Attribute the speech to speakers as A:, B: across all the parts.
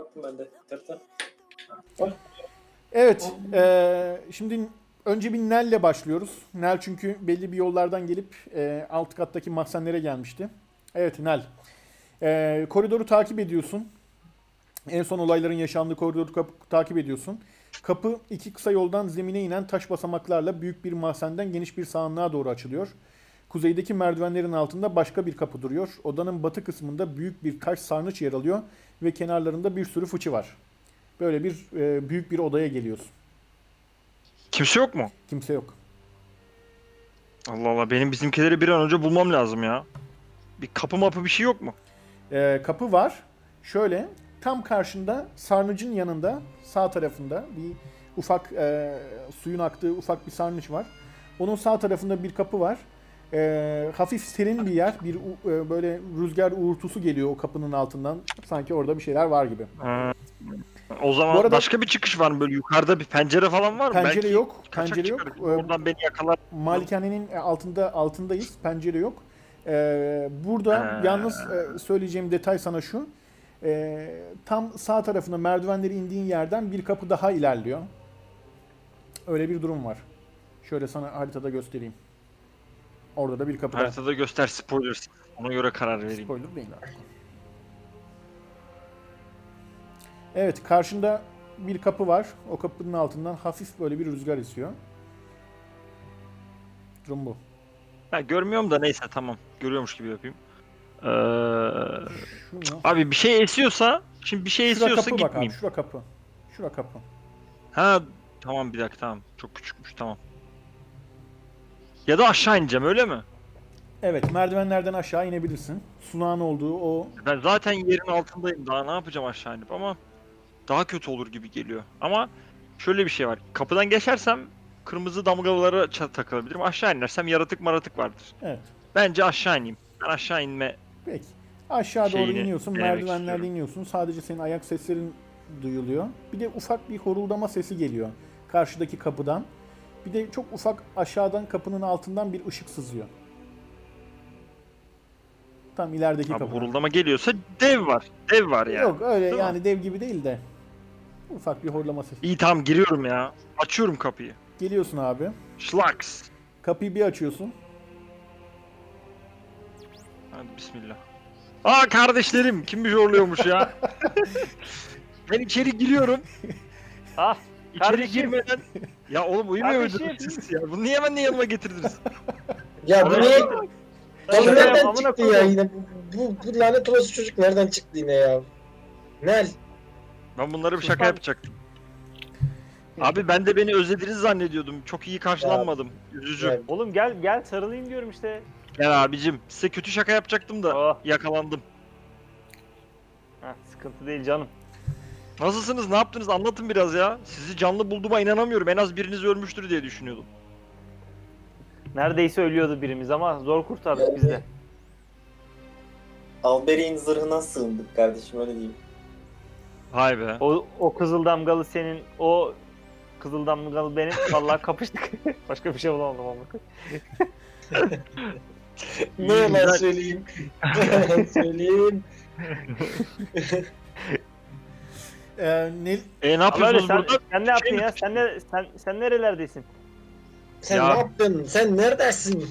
A: bakayım ben de tırtı.
B: Evet. eee, şimdi önce bir Nel'le başlıyoruz. Nel çünkü belli bir yollardan gelip eee, alt kattaki mahzenlere gelmişti. Evet Nel. Eee, koridoru takip ediyorsun. En son olayların yaşandığı koridoru kap- takip ediyorsun. Kapı iki kısa yoldan zemine inen taş basamaklarla büyük bir mahzenden geniş bir sahanlığa doğru açılıyor. Kuzeydeki merdivenlerin altında başka bir kapı duruyor. Odanın batı kısmında büyük bir taş sarnıç yer alıyor ve kenarlarında bir sürü fıçı var. Böyle bir e, büyük bir odaya geliyorsun.
C: Kimse yok mu?
B: Kimse yok.
C: Allah Allah benim bizimkileri bir an önce bulmam lazım ya. Bir kapı mapı bir şey yok mu?
B: E, kapı var. Şöyle tam karşında sarnıcın yanında sağ tarafında bir ufak e, suyun aktığı ufak bir sarnıç var. Onun sağ tarafında bir kapı var. E, hafif serin bir yer. Bir u- e, böyle rüzgar uğultusu geliyor o kapının altından. Sanki orada bir şeyler var gibi.
C: Ha. O zaman
B: Bu arada-
C: başka bir çıkış var mı? Böyle yukarıda bir pencere falan var mı?
B: Pencere
C: Belki
B: yok.
C: kaçak
B: Pencere yok.
C: çıkarız.
B: E,
C: Oradan beni yakalar.
B: Malikanenin e, altında altındayız. Pencere yok. Ee, burada
C: Ha.
B: yalnız e, söyleyeceğim detay sana şu. Ee, tam sağ tarafına merdivenleri indiğin yerden bir kapı daha ilerliyor. Öyle bir durum var. Şöyle sana haritada göstereyim. Orada da bir kapı daha.
C: Haritada göster spoiler. Ona göre karar vereyim.
B: Spoiler değil abi. Evet karşında bir kapı var. O kapının altından hafif böyle bir rüzgar esiyor. Durum bu.
C: Ha, görmüyorum da neyse tamam. Görüyormuş gibi yapayım. Ee,
B: Şunu
C: abi bir şey esiyorsa şimdi bir şey
B: Şura
C: esiyorsa
B: kapı bak abi.
C: gitmeyeyim.
B: Şura kapı. Şura kapı.
C: Ha tamam bir dakika tamam. Çok küçükmüş tamam. Ya da aşağı ineceğim öyle mi?
B: Evet merdivenlerden aşağı inebilirsin. Sunağın olduğu o
C: Ben zaten yerin altındayım. Daha ne yapacağım aşağı inip ama daha kötü olur gibi geliyor. Ama şöyle bir şey var. Kapıdan geçersem kırmızı damgalara ça- takılabilirim. Aşağı inersem yaratık maratık vardır.
B: evet.
C: Bence aşağı ineyim. Ben aşağı inme.
B: Peki. Aşağı doğru
C: Şeyini
B: iniyorsun.
C: denemek
B: Merdivenlerden
C: istiyorum.
B: iniyorsun. Sadece senin ayak seslerin duyuluyor. Bir de ufak bir horuldama sesi geliyor karşıdaki kapıdan. Bir de çok ufak aşağıdan kapının altından bir ışık sızıyor. Tam ilerideki
C: Abi
B: kapı.
C: vuruldama geliyorsa dev var. Dev var yani.
B: Yok öyle
C: Değil mi?
B: yani dev gibi değil de ufak bir horlama sesi.
C: İyi tamam giriyorum ya. Açıyorum kapıyı.
B: Geliyorsun abi.
C: Şlaks.
B: Kapıyı bir açıyorsun.
C: Hadi bismillah. Aa kardeşlerim kim bir zorluyormuş ya. ben içeri giriyorum.
D: Ah
C: İçeri
D: Kardeşim.
C: girmeden... Ya oğlum uyumuyor
D: Kardeşim.
C: muydunuz siz ya? Bunu niye ben de yanıma getirdiniz?
E: Ya bu niye?
D: Şaka
E: Oğlum
D: yap,
E: nereden
D: amına
E: çıktı ya
D: koyayım.
E: yine? Bu, bu, bu lanet olası çocuk nereden çıktı yine ya? Nel.
C: Ben bunlara bir
D: Sus
C: şaka
D: lan.
C: yapacaktım. Abi ben de beni özlediniz zannediyordum. Çok iyi karşılanmadım. Üzücü.
E: Ya,
D: Oğlum gel gel sarılayım diyorum işte.
C: Gel abicim. Size kötü şaka yapacaktım da
D: Oh.
C: yakalandım.
D: Heh, sıkıntı değil canım.
C: Nasılsınız? Ne yaptınız? Anlatın biraz ya. Sizi canlı bulduğuma inanamıyorum. En az biriniz ölmüştür diye düşünüyordum.
D: Neredeyse ölüyordu birimiz ama zor kurtardık biz de.
A: Alberi'nin zırhına sığındık kardeşim öyle diyeyim.
C: Hay be. E,
D: O, o kızıl damgalı senin, o kızıl damgalı benim. Vallahi kapıştık. Başka bir şey bulamadım ama.
E: Ne yalan
C: Güzel.
E: söyleyeyim. Ne yalan söyleyeyim.
B: Ee, Nil,
C: E ne
D: Ama öyle
C: yapıyorsunuz
D: sen,
C: burada? Şey
D: sen ne yaptın
C: mi
D: ya? Sen, ne, sen, sen nerelerdesin?
E: Sen
C: Ya.
E: ne yaptın? Sen neredesin?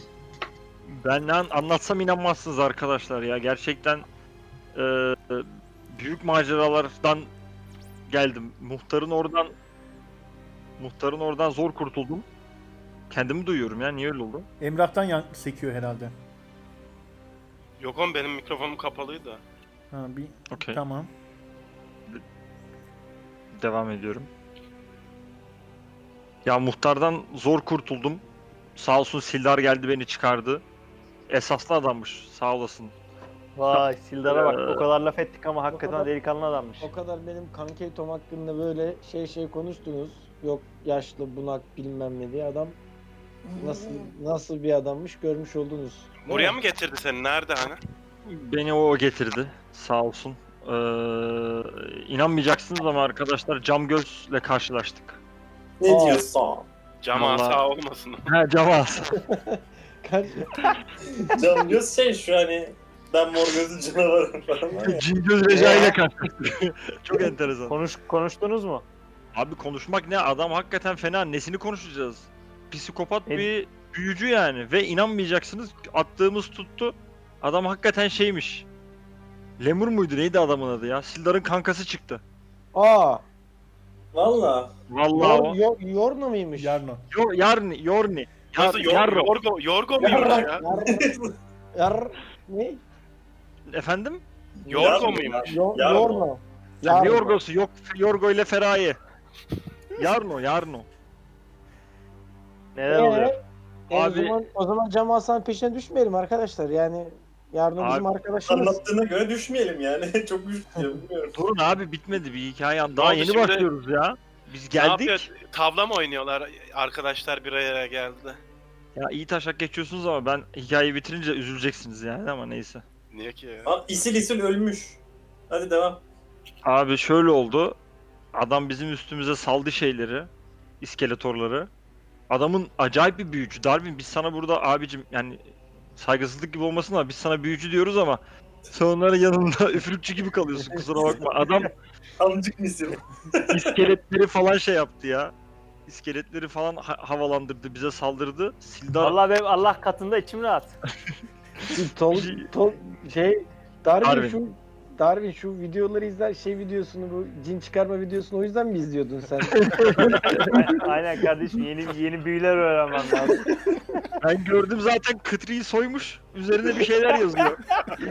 C: Ben lan anlatsam inanmazsınız arkadaşlar ya. Gerçekten e, e, büyük maceralardan geldim. Muhtarın oradan muhtarın oradan zor kurtuldum. Kendimi duyuyorum ya. Niye öyle oldu?
B: Emrah'tan yan sekiyor herhalde.
F: Yok oğlum benim mikrofonum kapalıydı.
B: Ha, bir,
C: Okey.
B: Tamam.
C: Devam ediyorum. Ya muhtardan zor kurtuldum. Sağ olsun Sildar geldi beni çıkardı. Esaslı adammış. Sağ olasın.
D: Vay Sildar'a bak o kadar laf ettik ama hakikaten delikanlı adammış.
G: O kadar benim kanki Tom hakkında böyle şey şey konuştunuz. Yok yaşlı bunak bilmem ne diye adam nasıl nasıl bir adammış görmüş oldunuz. Değil
F: Buraya
G: mi?
F: mı getirdi seni? Nerede hani?
C: Beni o getirdi. Sağ olsun. Ee, inanmayacaksınız ama arkadaşlar cam gözle karşılaştık.
A: Ne
G: Aa.
A: diyorsun?
F: Cam
C: Vallahi-
F: asa olmasın.
C: He cam ağası.
G: Kaç-
A: Can göz şey şu hani Ben mor gözlü canavarım falan. var ya.
C: Cingöz Reca ile karşılaştık. Çok enteresan.
D: Konuş, konuştunuz mu?
C: Abi konuşmak ne? Adam hakikaten fena. Nesini konuşacağız? Psikopat
D: E-
C: bir büyücü yani. Ve inanmayacaksınız attığımız tuttu. Adam hakikaten şeymiş. Lemur muydu? Neydi adamın adı ya? Sildar'ın kankası çıktı.
E: Aa.
A: Valla.
C: Vallahi
E: Yor,
C: o.
E: yor, yorna mıymış?
B: Yarno.
C: Yo- Yarni, Yorni. Yar-
F: Nasıl Yor-
C: Yarro.
F: Yorgo, Yorgo mu Yorgo ya?
E: Yar, yar, ne?
C: Efendim?
F: Yorgo muymuş?
E: Yor,
A: Yarno.
E: yorna.
C: Lan
E: Yarno.
C: ne Yorgosu? Yok, Yorgo ile Feraye. Yarno, Yarno.
D: Neler
E: Ee,
D: oluyor?
E: e,
C: Abi-
E: O zaman, o zaman Cem Hasan'ın peşine düşmeyelim arkadaşlar. Yani yarın bizim arkadaşımız.
A: Anlattığına göre düşmeyelim yani. Çok güçlü ya, bilmiyorum.
C: Durun abi bitmedi bir hikaye. Daha
F: oldu
C: yeni
F: şimdi?
C: başlıyoruz ya. Biz
F: Ne
C: geldik.
F: yapıyor? Tavla mı oynuyorlar? Arkadaşlar bir araya geldi.
C: Ya iyi taşak geçiyorsunuz ama ben hikayeyi bitirince üzüleceksiniz yani ama neyse.
F: Niye ki ya?
A: Abi isil isil ölmüş. Hadi devam.
C: Abi şöyle oldu. Adam bizim üstümüze saldı şeyleri. iskeletorları. Adamın acayip bir büyücü. Darwin biz sana burada abicim yani saygısızlık gibi olmasın ama biz sana büyücü diyoruz ama sen onların yanında üfürükçü gibi kalıyorsun kusura bakma. Adam
A: Amcık misil.
C: iskeletleri falan şey yaptı ya. İskeletleri falan ha- havalandırdı, bize saldırdı. Sildar
D: Vallahi benim Allah katında içim rahat.
E: Tol, tol, şey, Darwin,
C: Darwin.
E: şu Darwin şu videoları izler şey videosunu bu cin çıkarma videosunu o yüzden mi izliyordun sen?
D: Aynen kardeşim yeni yeni büyüler öğrenmem lazım.
C: ben gördüm zaten kıtriyi soymuş. Üzerine bir şeyler yazıyor.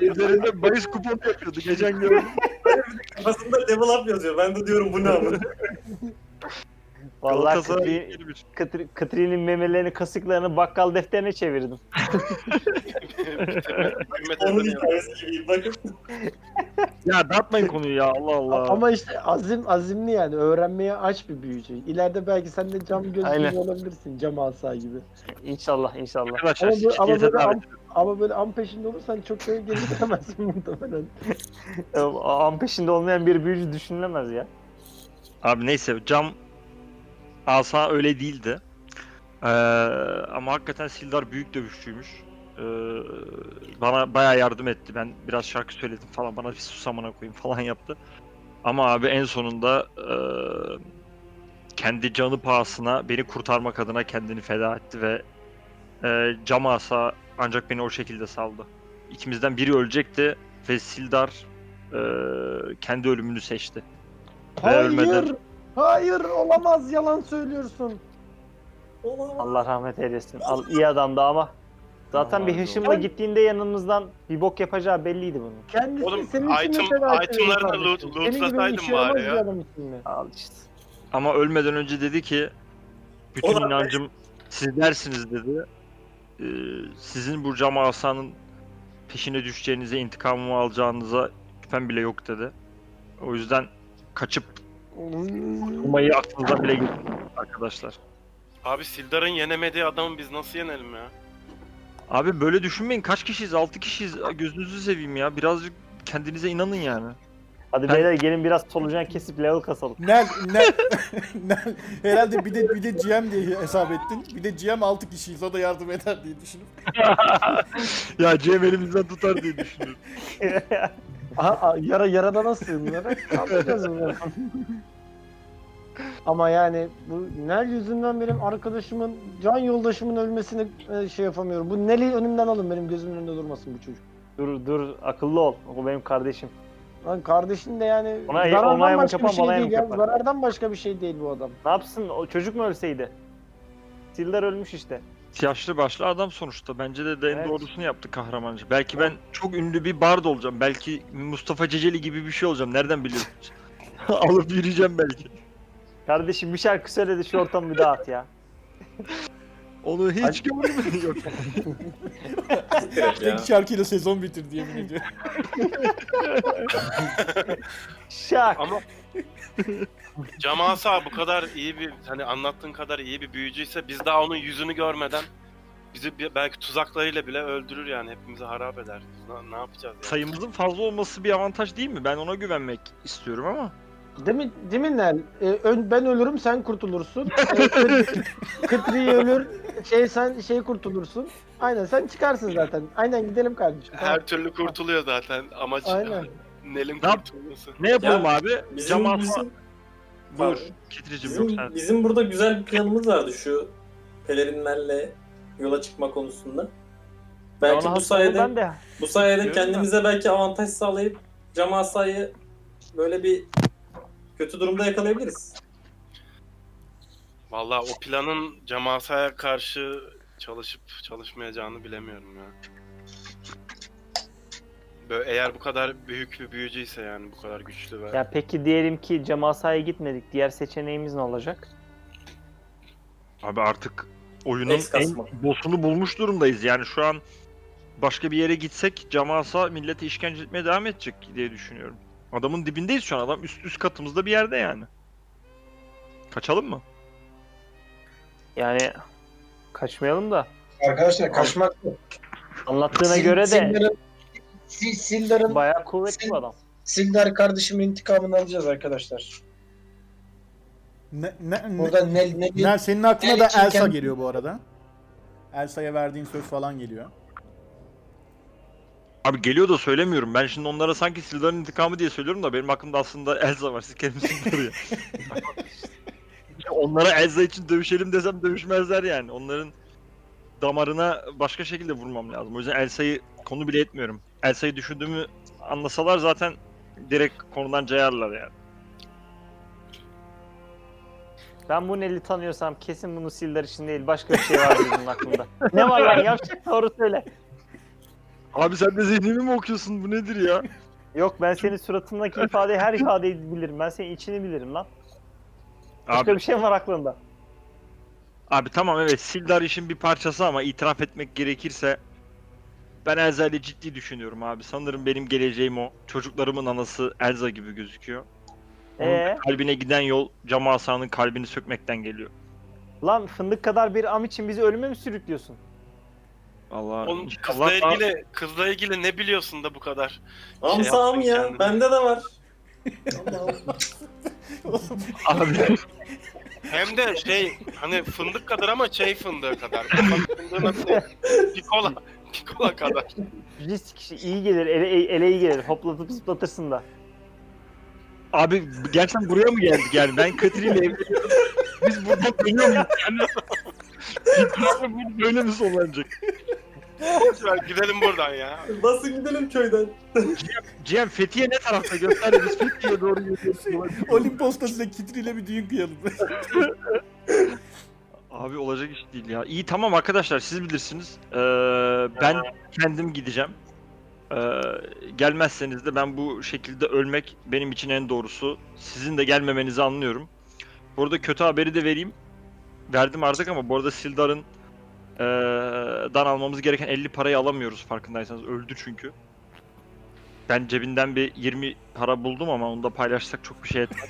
C: Üzerinde bahis kuponu yapıyordu. Geçen gördüm.
A: Kafasında level up yazıyor. Ben de diyorum bu ne ama.
D: Vallahi
C: Galatasaray
D: Kıtri,
C: yeni bir-
D: Kıtri, Kıtri'nin memelerini kasıklarını bakkal defterine çevirdim.
F: Hükümet
A: Onun
F: adını
A: hikayesi gibi. Bakın.
C: Ya dağıtmayın konuyu ya Allah Allah.
E: Ama işte azim azimli yani öğrenmeye aç bir büyücü. İleride belki sen de cam gözlü
D: Aynen.
E: gibi olabilirsin cam asa gibi.
D: İnşallah inşallah.
C: Arkadaşlar
E: Ama böyle, ama
C: sikeceğiz
E: böyle,
C: abi.
E: am, ama böyle am peşinde olursan çok da geri dönemezsin muhtemelen.
D: Ee, Ağam peşinde olmayan bir büyücü düşünülemez ya.
C: Abi neyse cam asa öyle değildi. Ee, ama hakikaten Sildar büyük dövüşçüymüş. Ee, bana bayağı yardım etti. Ben biraz şarkı söyledim falan. Bana bir sus amına koyayım falan yaptı. Ama abi en sonunda ee, kendi canı pahasına beni kurtarmak adına kendini feda etti ve ee, cam asa ancak beni o şekilde saldı. İkimizden biri ölecekti ve Sildar ee, kendi ölümünü seçti.
E: Hayır!
C: Vermeden.
E: Hayır olamaz yalan söylüyorsun.
D: Allah rahmet eylesin. Al, iyi adamdı ama. Zaten bir
C: Aman
D: hışımla gittiğinde yanımızdan bir bok yapacağı belliydi bunun.
E: Kendisi
F: Oğlum,
E: senin için
F: item-
E: mi feda ediyor
F: itemlarını
E: kardeşim?
F: loot-
E: Senin
F: lootlasaydın
E: gibi işe yaramaz
F: bari ya.
E: bir adamsın be.
D: Al işte.
C: Ama ölmeden önce dedi ki bütün
A: Ulan ben-
C: inancım siz dersiniz dedi. Ee, sizin bu cam asanın peşine düşeceğinize, intikamımı alacağınıza şüphem bile yok dedi. O yüzden kaçıp kurtulmayı aklınıza bile getirmeyin arkadaşlar.
F: Abi Sildar'ın yenemediği adamı biz nasıl yenelim ya?
C: Abi böyle düşünmeyin. Kaç kişiyiz? 6 kişiyiz. Gözünüzü seveyim ya. Birazcık kendinize inanın yani.
D: Hadi
C: Ben-
D: beyler gelin biraz solucan kesip level kasalım.
B: Nel, Nel, Nel. Herhalde bir de bir de GM diye hesap ettin. Bir de GM 6 kişiyiz. O da yardım eder diye düşünüp.
C: Ya Cem elimizden tutar diye düşünüyorum.
E: Aha, a- yara yaradana sığınarak kalmayacağız o zaman. Ama yani bu Nel yüzünden benim arkadaşımın, can yoldaşımın ölmesini e, şey yapamıyorum. Bu Nel'i önümden alın benim gözümün önünde durmasın bu çocuk.
D: Dur dur akıllı ol. O benim kardeşim.
E: Lan kardeşin de yani
D: Ona- ona
E: zarardan
D: yamuk
E: başka
D: yapan
E: bir şey
D: bana
E: değil
D: yamuk
E: ya.
D: yapar.
E: Zarardan başka bir şey değil bu adam.
D: Ne yapsın? O çocuk mu ölseydi? Sildar ölmüş işte.
C: Yaşlı başlı adam sonuçta. Bence de en
D: Evet.
C: doğrusunu yaptı kahramancı. Belki ben çok ünlü bir bard olacağım. Belki Mustafa Ceceli gibi bir şey olacağım. Nereden biliyorsunuz? Alıp yürüyeceğim belki.
D: Kardeşim bir şarkı söyle de şu ortamı bir dağıt ya.
C: Onu hiç görmedim. Yok.
A: Ya.
B: Tek şarkıyla sezon bitirdi yemin ediyorum.
D: Şak.
F: Ama Camasa bu kadar iyi bir hani anlattığın kadar iyi bir büyücüyse biz daha onun yüzünü görmeden bizi bi- belki tuzaklarıyla bile öldürür yani hepimizi harap eder. Biz Ne, ne yapacağız yani?
C: Sayımızın fazla olması bir avantaj değil mi? Ben ona güvenmek istiyorum ama.
E: Değil mi, E, değil mi Nel? Ee, ön- ben ölürüm sen kurtulursun. Ee, Kıt- E, Kıtri ölür
G: şey sen şey kurtulursun. Aynen sen çıkarsın zaten. Aynen gidelim kardeşim. Tamam.
F: Her türlü kurtuluyor zaten. Amaç
G: Aynen.
F: Nel'in
C: Ne yap-
F: kurtulması.
C: Ne yapalım
A: Ya,
C: abi?
A: Bizim,
C: Cam atma.
A: bizim,
C: Buyur.
A: Pardon.
C: Kitricim yok
A: bizim,
C: sen.
A: bizim burada güzel bir planımız vardı şu pelerinlerle yola çıkma konusunda. Belki
D: Ona
A: bu
D: hasta oldum
A: sayede
D: Ben de
A: bu sayede
D: Görüyorum
A: kendimize belki avantaj sağlayıp Cem Asa'yı böyle bir kötü durumda yakalayabiliriz.
F: Valla o planın Cemasa'ya karşı çalışıp çalışmayacağını bilemiyorum ya. Böyle eğer bu kadar büyük bir büyücüyse yani bu kadar güçlü ve
D: Ya peki diyelim ki Cemasa'ya gitmedik. Diğer seçeneğimiz ne olacak?
C: Abi artık oyunun
A: Eks
C: en
A: kasma.
C: boss'unu bulmuş durumdayız. Yani şu an başka bir yere gitsek Camasa milleti işkence etmeye devam edecek diye düşünüyorum. Adamın dibindeyiz şu an. Adam üst üst katımızda bir yerde yani. Kaçalım mı?
D: Yani kaçmayalım da.
E: Arkadaşlar kaçmak yok.
D: Anlattığına
E: Sil-
D: göre de
E: Sildar'ın- Sil- Sildar'ın
D: bayağı kuvvetli bir adam.
E: Sildar kardeşimin intikamını alacağız arkadaşlar.
B: Ne, ne, ne-
E: Burada Nel Nel'in
B: Nel, senin aklına
E: Nel
B: da
E: için
B: Elsa
E: kendi-
B: geliyor bu arada. Elsa'ya verdiğin söz falan geliyor.
C: Abi geliyor da söylemiyorum. Ben şimdi onlara sanki Sildar'ın intikamı diye söylüyorum da benim aklımda aslında Elsa var. Siz kendiniz Sildar'ı. onlara Elsa için dövüşelim desem dövüşmezler yani. Onların damarına başka şekilde vurmam lazım. O yüzden Elsa'yı konu bile etmiyorum. Elsa'yı düşündüğümü anlasalar zaten direkt konudan cayarlar yani.
D: Ben bu Nel'i tanıyorsam kesin bunu Sildar için değil. Başka bir şey var bunun aklında. ne var lan yavşak doğru söyle.
C: Abi sen de zihnimi mi okuyorsun? Bu nedir ya?
D: Yok ben senin suratındaki ifadeyi her ifadeyi bilirim. Ben senin içini bilirim lan. Başka
C: Abi,
D: bir şey mi var aklında?
C: abi tamam evet Sildar işin bir parçası ama itiraf etmek gerekirse ben Elza ile ciddi düşünüyorum abi. Sanırım benim geleceğim o. Çocuklarımın anası Elza gibi gözüküyor. Onun
D: Ee?
C: kalbine giden yol Cam Asa'nın kalbini sökmekten geliyor.
D: Lan fındık kadar bir am için bizi ölüme mi sürüklüyorsun?
C: Allah
F: Oğlum kızla ilgili, kızla ilgili ne biliyorsun da bu kadar?
A: Amsa
F: yapsın
A: am ya.
F: kendine.
A: Bende de var.
C: Abi,
F: Hem de şey hani fındık kadar ama şey fındığı kadar. Fındığı nasıl? Pikola. Pikola kadar.
D: Risk iyi gelir, ele, ele iyi gelir. Hoplatıp zıplatırsın da.
C: abi gerçekten buraya mı geldik yani? Ben Katri ile evleniyorum. Biz buradan dönüyor muyuz? Yani... İtirafı bu böyle mi sonlanacak?
F: Boş ver, Gidelim buradan ya.
A: Nasıl gidelim köyden?
C: Cem Fethiye ne tarafta gösterdi? Biz Fethiye'ye doğru gidiyoruz.
B: Olimpos'ta size kitriyle bir düğün kıyalım.
C: Abi olacak iş değil ya. İyi tamam arkadaşlar siz bilirsiniz. Ee, ben kendim gideceğim. Ee, gelmezseniz de ben bu şekilde ölmek benim için en doğrusu. Sizin de gelmemenizi anlıyorum. Bu arada kötü haberi de vereyim. Verdim artık ama bu arada Sildar'ın ee, dan almamız gereken 50 parayı alamıyoruz farkındaysanız. Öldü çünkü. Ben cebinden bir 20 para buldum ama onu da paylaşsak çok bir şey etmez.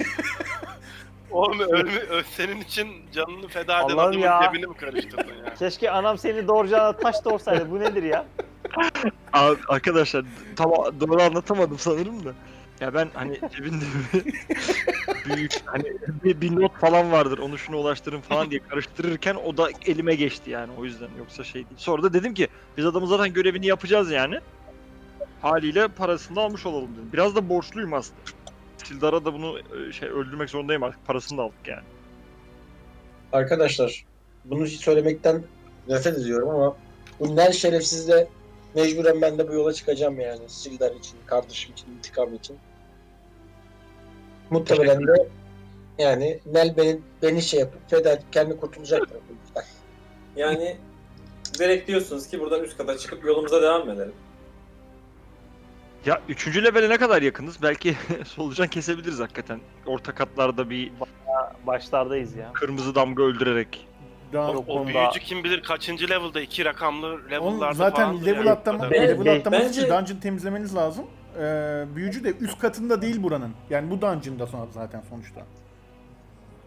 F: Oğlum ölme, öl- senin için canını feda eden
D: Allah'ım
F: adamın
D: ya.
F: cebini mi karıştırdın ya?
D: Keşke anam seni doğuracağına taş doğursaydı. Bu nedir ya?
C: Abi arkadaşlar tam doğru anlatamadım sanırım da. Ya ben hani cebimde bir- büyük hani bir, bir not falan vardır onu şuna ulaştırın falan diye karıştırırken o da elime geçti yani o yüzden yoksa şey değil. Sonra da dedim ki biz adamın zaten görevini yapacağız yani. Haliyle parasını da almış olalım dedim. Biraz da borçluyum aslında. Sildar'a da bunu e, şey öldürmek zorundayım artık parasını da aldık yani.
E: Arkadaşlar bunu söylemekten nefret ediyorum ama bu Nel şerefsizle mecburen ben de bu yola çıkacağım yani. Sildar için, kardeşim için, intikam için. Muhtemelen de yani Nel beni, beni şey yapıp feda edip kendi kurtulacaktır. bu yüzden.
A: Yani direkt diyorsunuz ki buradan üst kata çıkıp yolumuza devam edelim.
C: Ya üçüncü levele ne kadar yakınız? Belki solucan kesebiliriz hakikaten. Orta katlarda bir
D: Başlardayız ya.
C: kırmızı damga öldürerek.
B: Daha
F: O, o büyücü kim bilir kaçıncı level'da? iki rakamlı level'larda
B: Onun
F: falandır
B: zaten level
F: yani.
B: atlama,
A: Ben-
B: level
A: ben-
B: atlaması için
A: bence-
B: dungeon temizlemeniz lazım. Ee, büyücü de üst katında değil buranın. Yani bu dungeon'da son- zaten sonuçta.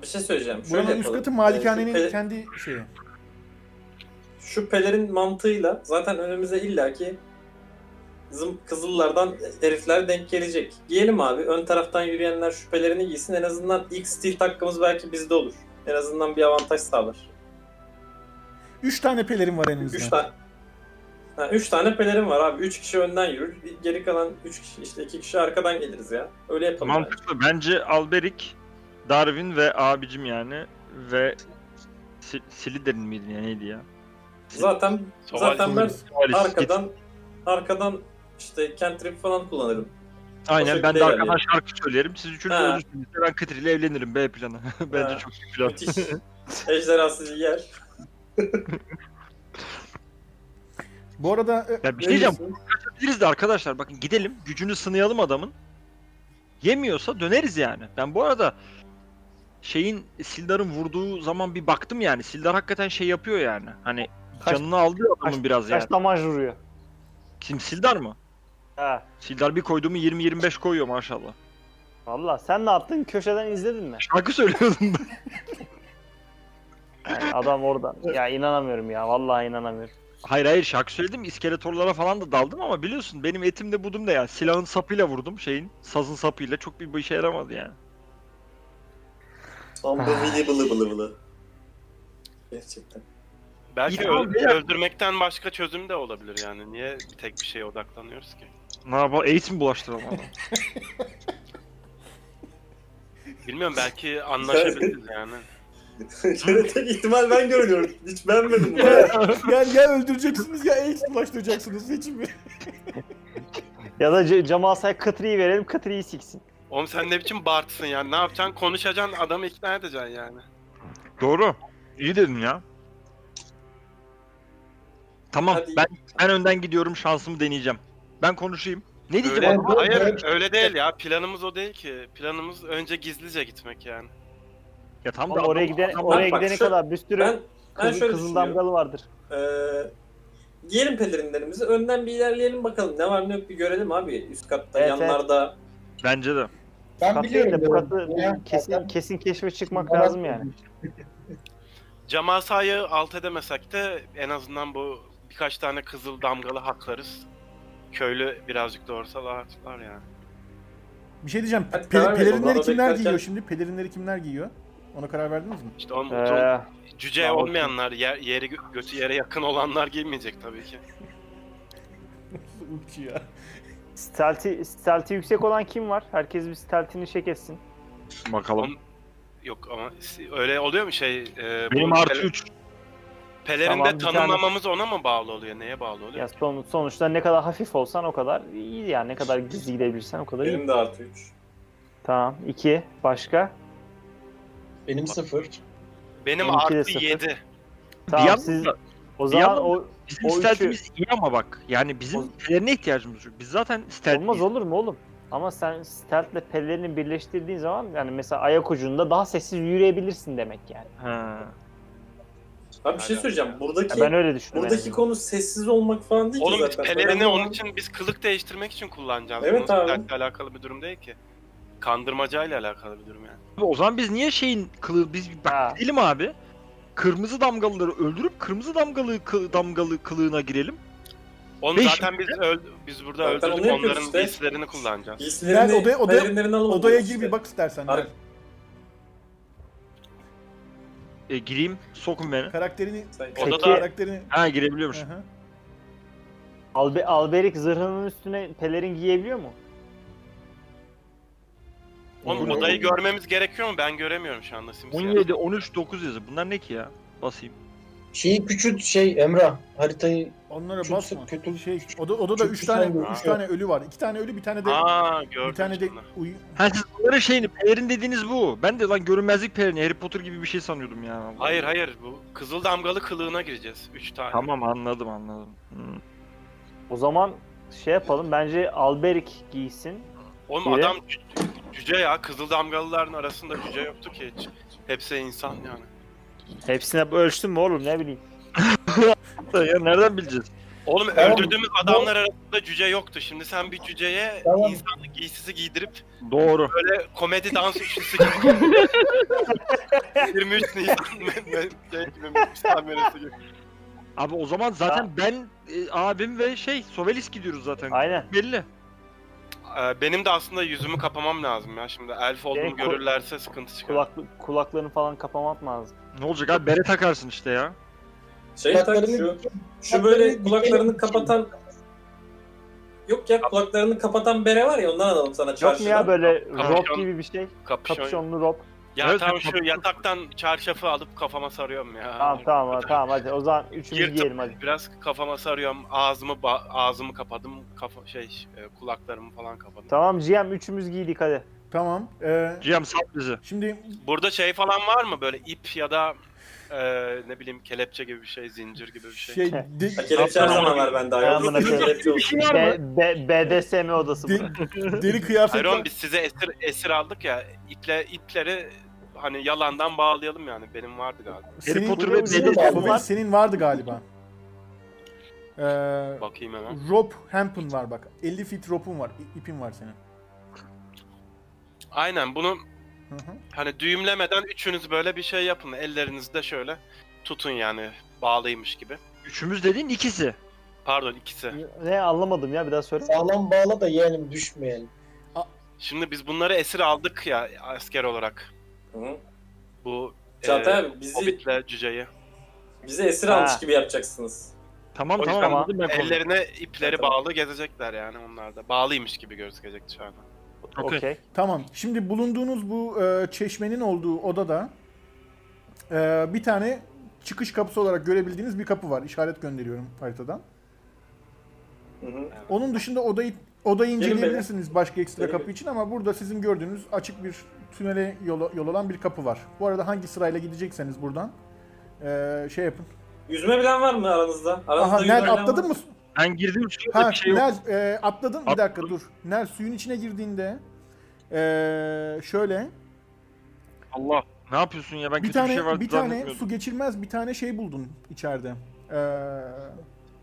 A: Bir şey söyleyeceğim. Şöyle
B: Buranın üst
A: yapalım.
B: katı
A: Ee,
B: malikanenin
A: şu pe-
B: kendi şeyi.
A: Şu pelerin mantığıyla zaten önümüze illaki bizim kızıllardan herifler denk gelecek. Giyelim abi. Ön taraftan yürüyenler şu pelerini giysin. En azından ilk stil hakkımız belki bizde olur. En azından bir avantaj sağlar.
B: Üç tane pelerin var elinizde.
A: Üç tane. Ha, üç tane pelerin var abi. Üç kişi önden yürür. Geri kalan üç kişi işte iki kişi arkadan geliriz ya. Öyle yapalım. bence.
C: Mantıklı. Bence Alberic, Darwin ve abicim yani ve Si- Slytherin miydi ya neydi ya?
A: Zaten zaten ben
C: Sovalis.
A: arkadan arkadan işte cantrip falan kullanırım.
C: Aynen ben de
A: şekilde
C: arkadan
A: ilerleyelim.
C: şarkı söylerim. Siz üçünüz
A: Ha.
C: ölürsünüz. Ben Katir ile evlenirim B planı. Bence
A: Ha.
C: çok iyi plan.
A: Müthiş. Ejderhası yer.
B: Bu arada e,
C: Ya bir şey diyeceğim.
A: Neyse.
C: Kaçabiliriz de arkadaşlar. Bakın gidelim. Gücünü sınayalım adamın. Yemiyorsa döneriz yani. Ben bu arada şeyin Sildar'ın vurduğu zaman bir baktım yani. Sildar hakikaten şey yapıyor yani. Hani
D: Kaç-
C: canını aldı adamın biraz yani.
D: Kaç damaj vuruyor?
C: Kim Sildar mı?
D: Ha.
C: Sildar bir koyduğumu 20-25 koyuyor maşallah.
D: Valla sen ne yaptın? Köşeden izledin mi?
C: Şarkı söylüyordum ben.
D: Yani adam orada. Ya inanamıyorum ya. Vallahi inanamıyorum.
C: Hayır hayır şarkı söyledim. İskeletorlara falan da daldım ama biliyorsun benim etim de budum da yani. Silahın sapıyla vurdum şeyin. Sazın sapıyla çok bir bir işe yaramadı yani.
A: Unbelievable bılı bılı. Gerçekten.
F: Belki
C: İyi,
F: öl-
C: abi.
F: öldürmekten başka çözüm de olabilir yani. Niye bir tek bir şeye odaklanıyoruz ki?
C: Ne yapalım? AIDS mi bulaştıralım ama?
F: Bilmiyorum belki anlaşabiliriz yani.
A: Tek ihtimal ben görünüyorum. Hiç beğenmedim bunu.
B: ya, ya öldüreceksiniz ya AIDS bulaştıracaksınız seçimi.
D: Ya da C- Cemal Say Kıtri'yi verelim. Kıtri'yi siksin.
F: Oğlum sen ne biçim Bart'sın yani? Ne yapacaksın? Konuşacaksın, adamı ikna edeceksin yani.
C: Doğru. İyi dedin ya. Tamam
A: Hadi.
C: ben ben önden gidiyorum şansımı deneyeceğim. Ben konuşayım. Ne diyeceğim?
F: Öyle,
C: adama?
E: abi?
F: hayır öyle değil ya. Planımız o değil ki. Planımız önce gizlice gitmek yani.
C: Ya tam da
D: Ama oraya
C: adam-
D: gidene,
C: adam-
D: oraya
A: bak,
D: gidene
A: şu-
D: kadar bir sürü
A: ben ben
D: kızıl,
A: şöyle
D: kızıl
A: düşünüyorum.
D: damgalı vardır.
A: Ee, giyelim pelerinlerimizi. Önden bir ilerleyelim bakalım. Ne var ne yok bir görelim abi. Üst katta,
D: Evet,
A: yanlarda.
C: Bence de.
E: Ben
D: Katıyı
E: biliyorum.
D: da
E: bu
D: katı
E: arada ya.
D: kesin,
E: Zaten
D: kesin keşfe çıkmak
E: bana-
D: lazım yani.
F: Camasa'yı alt edemesek de en azından bu birkaç tane kızıl damgalı haklarız. Köylü birazcık da olsa rahatlar yani.
B: Bir şey diyeceğim.
A: Hadi
B: Pe-
A: karar verin,
B: pelerinleri
A: orada
B: kimler
A: beklerken-
B: giyiyor şimdi? Pelerinleri kimler giyiyor? Ona karar verdiniz mi?
F: İşte
E: şey
F: onun
D: Ee,
F: cüce
D: tamam,
F: olmayanlar, yer, yeri gö- götü yere yakın olanlar giymeyecek tabii ki.
B: Ülkü ya.
D: stealth'i, stealth'i yüksek olan kim var? Herkes bir stealth'ini çek etsin.
C: Bakalım.
F: Yok ama si- öyle oluyor mu şey? e, bu
C: Benim artı
F: pele-
C: 3.
F: Pelerinde
D: Tamam, bir tane-
F: tanımlamamız ona mı bağlı oluyor? Neye bağlı oluyor?
D: Ya son, sonuçta ne kadar hafif olsan o kadar iyi yani. Ne kadar gizli gidebilirsen o kadar iyi.
A: Benim de artı 3.
D: Tamam. iki. Başka?
E: Benim sıfır.
F: Benim
D: Benimki de
F: artı
D: sıfır.
F: 7.
D: Tamam
C: yandan
D: siz...
C: da-
D: O
C: yandan
D: zaman
C: da-
D: o...
C: Bizim
D: O üçü-
C: stealth'imiz iyi ama bak. Yani
D: O-
C: bizim pelerine ihtiyacımız yok. Biz zaten stealth
D: Olmaz
C: değiliz.
D: olur mu oğlum? Ama sen stealth'le pelerini birleştirdiğin zaman yani mesela ayak ucunda daha sessiz yürüyebilirsin demek yani.
C: Ha.
A: Abi bir şey söyleyeceğim. Buradaki
D: Ya ben öyle düşünüyorum.
A: buradaki konu sessiz olmak falan değil ki
F: Oğlum biz
A: zaten.
F: pelerini
A: Önemli
F: onun
A: olan-
F: için biz kılık değiştirmek için kullanacağız.
A: Evet
F: Bunun
A: abi.
F: silahla alakalı bir durum değil ki. Kandırmacayla alakalı bir durum yani.
C: Abi O zaman biz niye şeyin kılığı biz bak
D: Ha.
C: gidelim abi. Kırmızı damgalıları öldürüp kırmızı damgalı kı- damgalı kılığına girelim.
F: Onu
C: Beş
F: zaten biz öld- biz burada
A: Zaten onu
F: öldürdük.
A: yapıyoruz
F: Onların
A: işte.
F: giysilerini kullanacağız.
A: Giysilerini,
B: Nerede? Odaya- odaya-
A: pelerinlerini alalım.
B: Odaya
A: işte.
B: gir bir bak istersen.
A: Ar-
C: E, gireyim sokun beni.
B: Karakterini...
A: Sen-
F: Odada-
D: Peki-
B: Karakterini...
C: Ha girebiliyormuş.
B: Hı hı.
D: Albe, Alberic zırhının üstüne pelerin giyebiliyor mu?
F: Oğlum
C: Bu ne?
F: odayı görmemiz gerekiyor mu? Ben göremiyorum şu anda simsiyah.
C: 17, 13, 9 yazı. Bunlar ne ki ya? Basayım.
E: Şeyi küçült şey Emrah. Haritayı
B: Onlara
E: Çok
B: basma.
E: kötü-
B: şey, oda, odada
E: çok
B: 3
E: güzel
B: tane
E: görünüyor.
B: üç tane ölü var. 2 tane ölü, bir tane de
F: Aa
B: bir
F: gördüm.
B: tane de
F: şimdi.
B: uyu.
C: Ha siz bunların şeyini, pelerin dediğiniz bu. Ben de lan görünmezlik pelerini, Harry Potter gibi bir şey sanıyordum ya.
F: Hayır hayır bu kızıl damgalı kılığına gireceğiz. 3 tane.
C: Tamam anladım anladım. Hmm.
D: O zaman şey yapalım. Bence Alberic giysin.
F: Oğlum
D: Biri-
F: adam cü- cüce ya. Kızıl damgalıların arasında cüce yoktu ki hiç. Hepsi insan yani.
D: Hepsine ölçtün mü oğlum ne bileyim.
C: Ya nereden bileceğiz?
F: Oğlum
E: Tamam.
F: öldürdüğümüz adamlar arasında cüce yoktu. Şimdi sen bir cüceye
E: Tamam.
F: insan giysisi giydirip
C: Doğru.
F: böyle komedi dans üçlüsü gibi. 23 Nisan me- me- şey gibi, Nisan menüsü gibi.
C: Abi o zaman zaten ben, e, abim ve şey, Sovelis gidiyoruz zaten.
D: Aynen.
C: Belli.
F: Ee, Benim de aslında yüzümü kapamam lazım ya şimdi. Elf
D: Benim
F: olduğumu
D: ku-
F: görürlerse sıkıntı çıkar.
D: Kulaklı, kulaklarını falan kapamak lazım.
C: Ne olacak abi? Bere takarsın işte ya.
A: Şey tak
E: Kulaklarını-
A: şu, şu
E: kulaklarını
A: böyle
E: dikelim.
A: kulaklarını kapatan Yok ya kulaklarını kapatan bere var ya ondan alalım sana
D: Yok mu
A: çarşıdan.
D: ya böyle
F: Kapşon.
D: rob gibi bir şey?
F: Kapüşon.
D: Kapşonlu rob.
F: Ya
C: Evet,
F: tam
C: bir
F: şu
C: kapüşon.
F: yataktan çarşafı alıp kafama sarıyorum ya.
D: Tamam tamam tamam hadi o zaman üçümüz
F: Yırtıp
D: giyelim hadi.
F: Biraz kafama sarıyorum. Ağzımı ba- ağzımı kapadım. Kafa şey e, kulaklarımı falan kapadım.
D: Tamam GM üçümüz giydik hadi.
B: Tamam. Ee,
C: Cem sat bizi.
B: şimdi
F: Burada şey falan var mı böyle ip ya da e, ne bileyim kelepçe gibi bir şey, zincir gibi bir şey.
B: şey di-
A: Ha, Kelepçe her zaman var bende.
D: Ben
A: ayol.
D: buna
A: Kelepçe olsun.
D: B, B, BDSM odası bu.
B: di- deri
F: Hayron
B: kıyafetler.
F: biz size esir esir aldık ya. iple ipleri hani yalandan bağlayalım yani. Benim vardı galiba.
C: Harry Potter
B: Senin-
C: ve
B: senin-
E: Batman
B: favori
D: var.
B: senin vardı galiba. Ee,
F: Bakayım hemen.
B: rope hampın var bak. 50 feet rope'un var. i- ipin var senin.
F: Aynen bunu
B: Hı hı.
F: hani düğümlemeden üçünüz böyle bir şey yapın. Ellerinizde şöyle tutun yani bağlıymış gibi.
C: Üçümüz dediğin ikisi.
F: Pardon ikisi.
D: ne anlamadım ya bir daha söyle.
E: Sağlam bağla da yeğenim düşmeyelim.
F: Şimdi biz bunları esir aldık ya asker olarak. Ee,
A: Hı.
F: Bu
A: Çağatay
F: e,
A: abi bizi,
F: Hobbit'le cüceyi.
A: bizi esir
D: Ha.
A: almış gibi yapacaksınız.
C: Tamam
F: O
C: tamam
F: yüzden
C: anladım ben konuyu.
F: Ellerine ipleri
A: Tamam.
F: bağlı gezecekler yani onlar da. Bağlıymış gibi gözükecek dışarıda.
C: Okey.
D: Okey.
B: Tamam. Şimdi bulunduğunuz bu e, çeşmenin olduğu odada e, bir tane çıkış kapısı olarak görebildiğiniz bir kapı var. İşaret gönderiyorum haritadan.
A: Hı hı.
B: Onun dışında odayı odayı
A: Gelin
B: inceleyebilirsiniz başka ekstra
A: Gelin
B: kapı
A: benim.
B: için ama burada sizin gördüğünüz açık bir tünele yol, yol olan bir kapı var. Bu arada hangi sırayla gidecekseniz buradan e, şey yapın.
A: Yüzme bilen var mı aranızda? aranızda
B: Aha
A: yüzme bilen
B: Nel
A: var
B: atladın
A: mı?
B: mı?
C: Ben girdim şurada
B: Ha
C: bir şey yok.
B: Nel e, atladın bir
C: Atladım.
B: dakika dur. Nel suyun içine girdiğinde e, şöyle
C: Allah. Ne yapıyorsun ya ben
B: bir
C: kötü
B: tane
C: bir şey var
B: bir tane su geçirmez bir tane şey buldun içeride. E,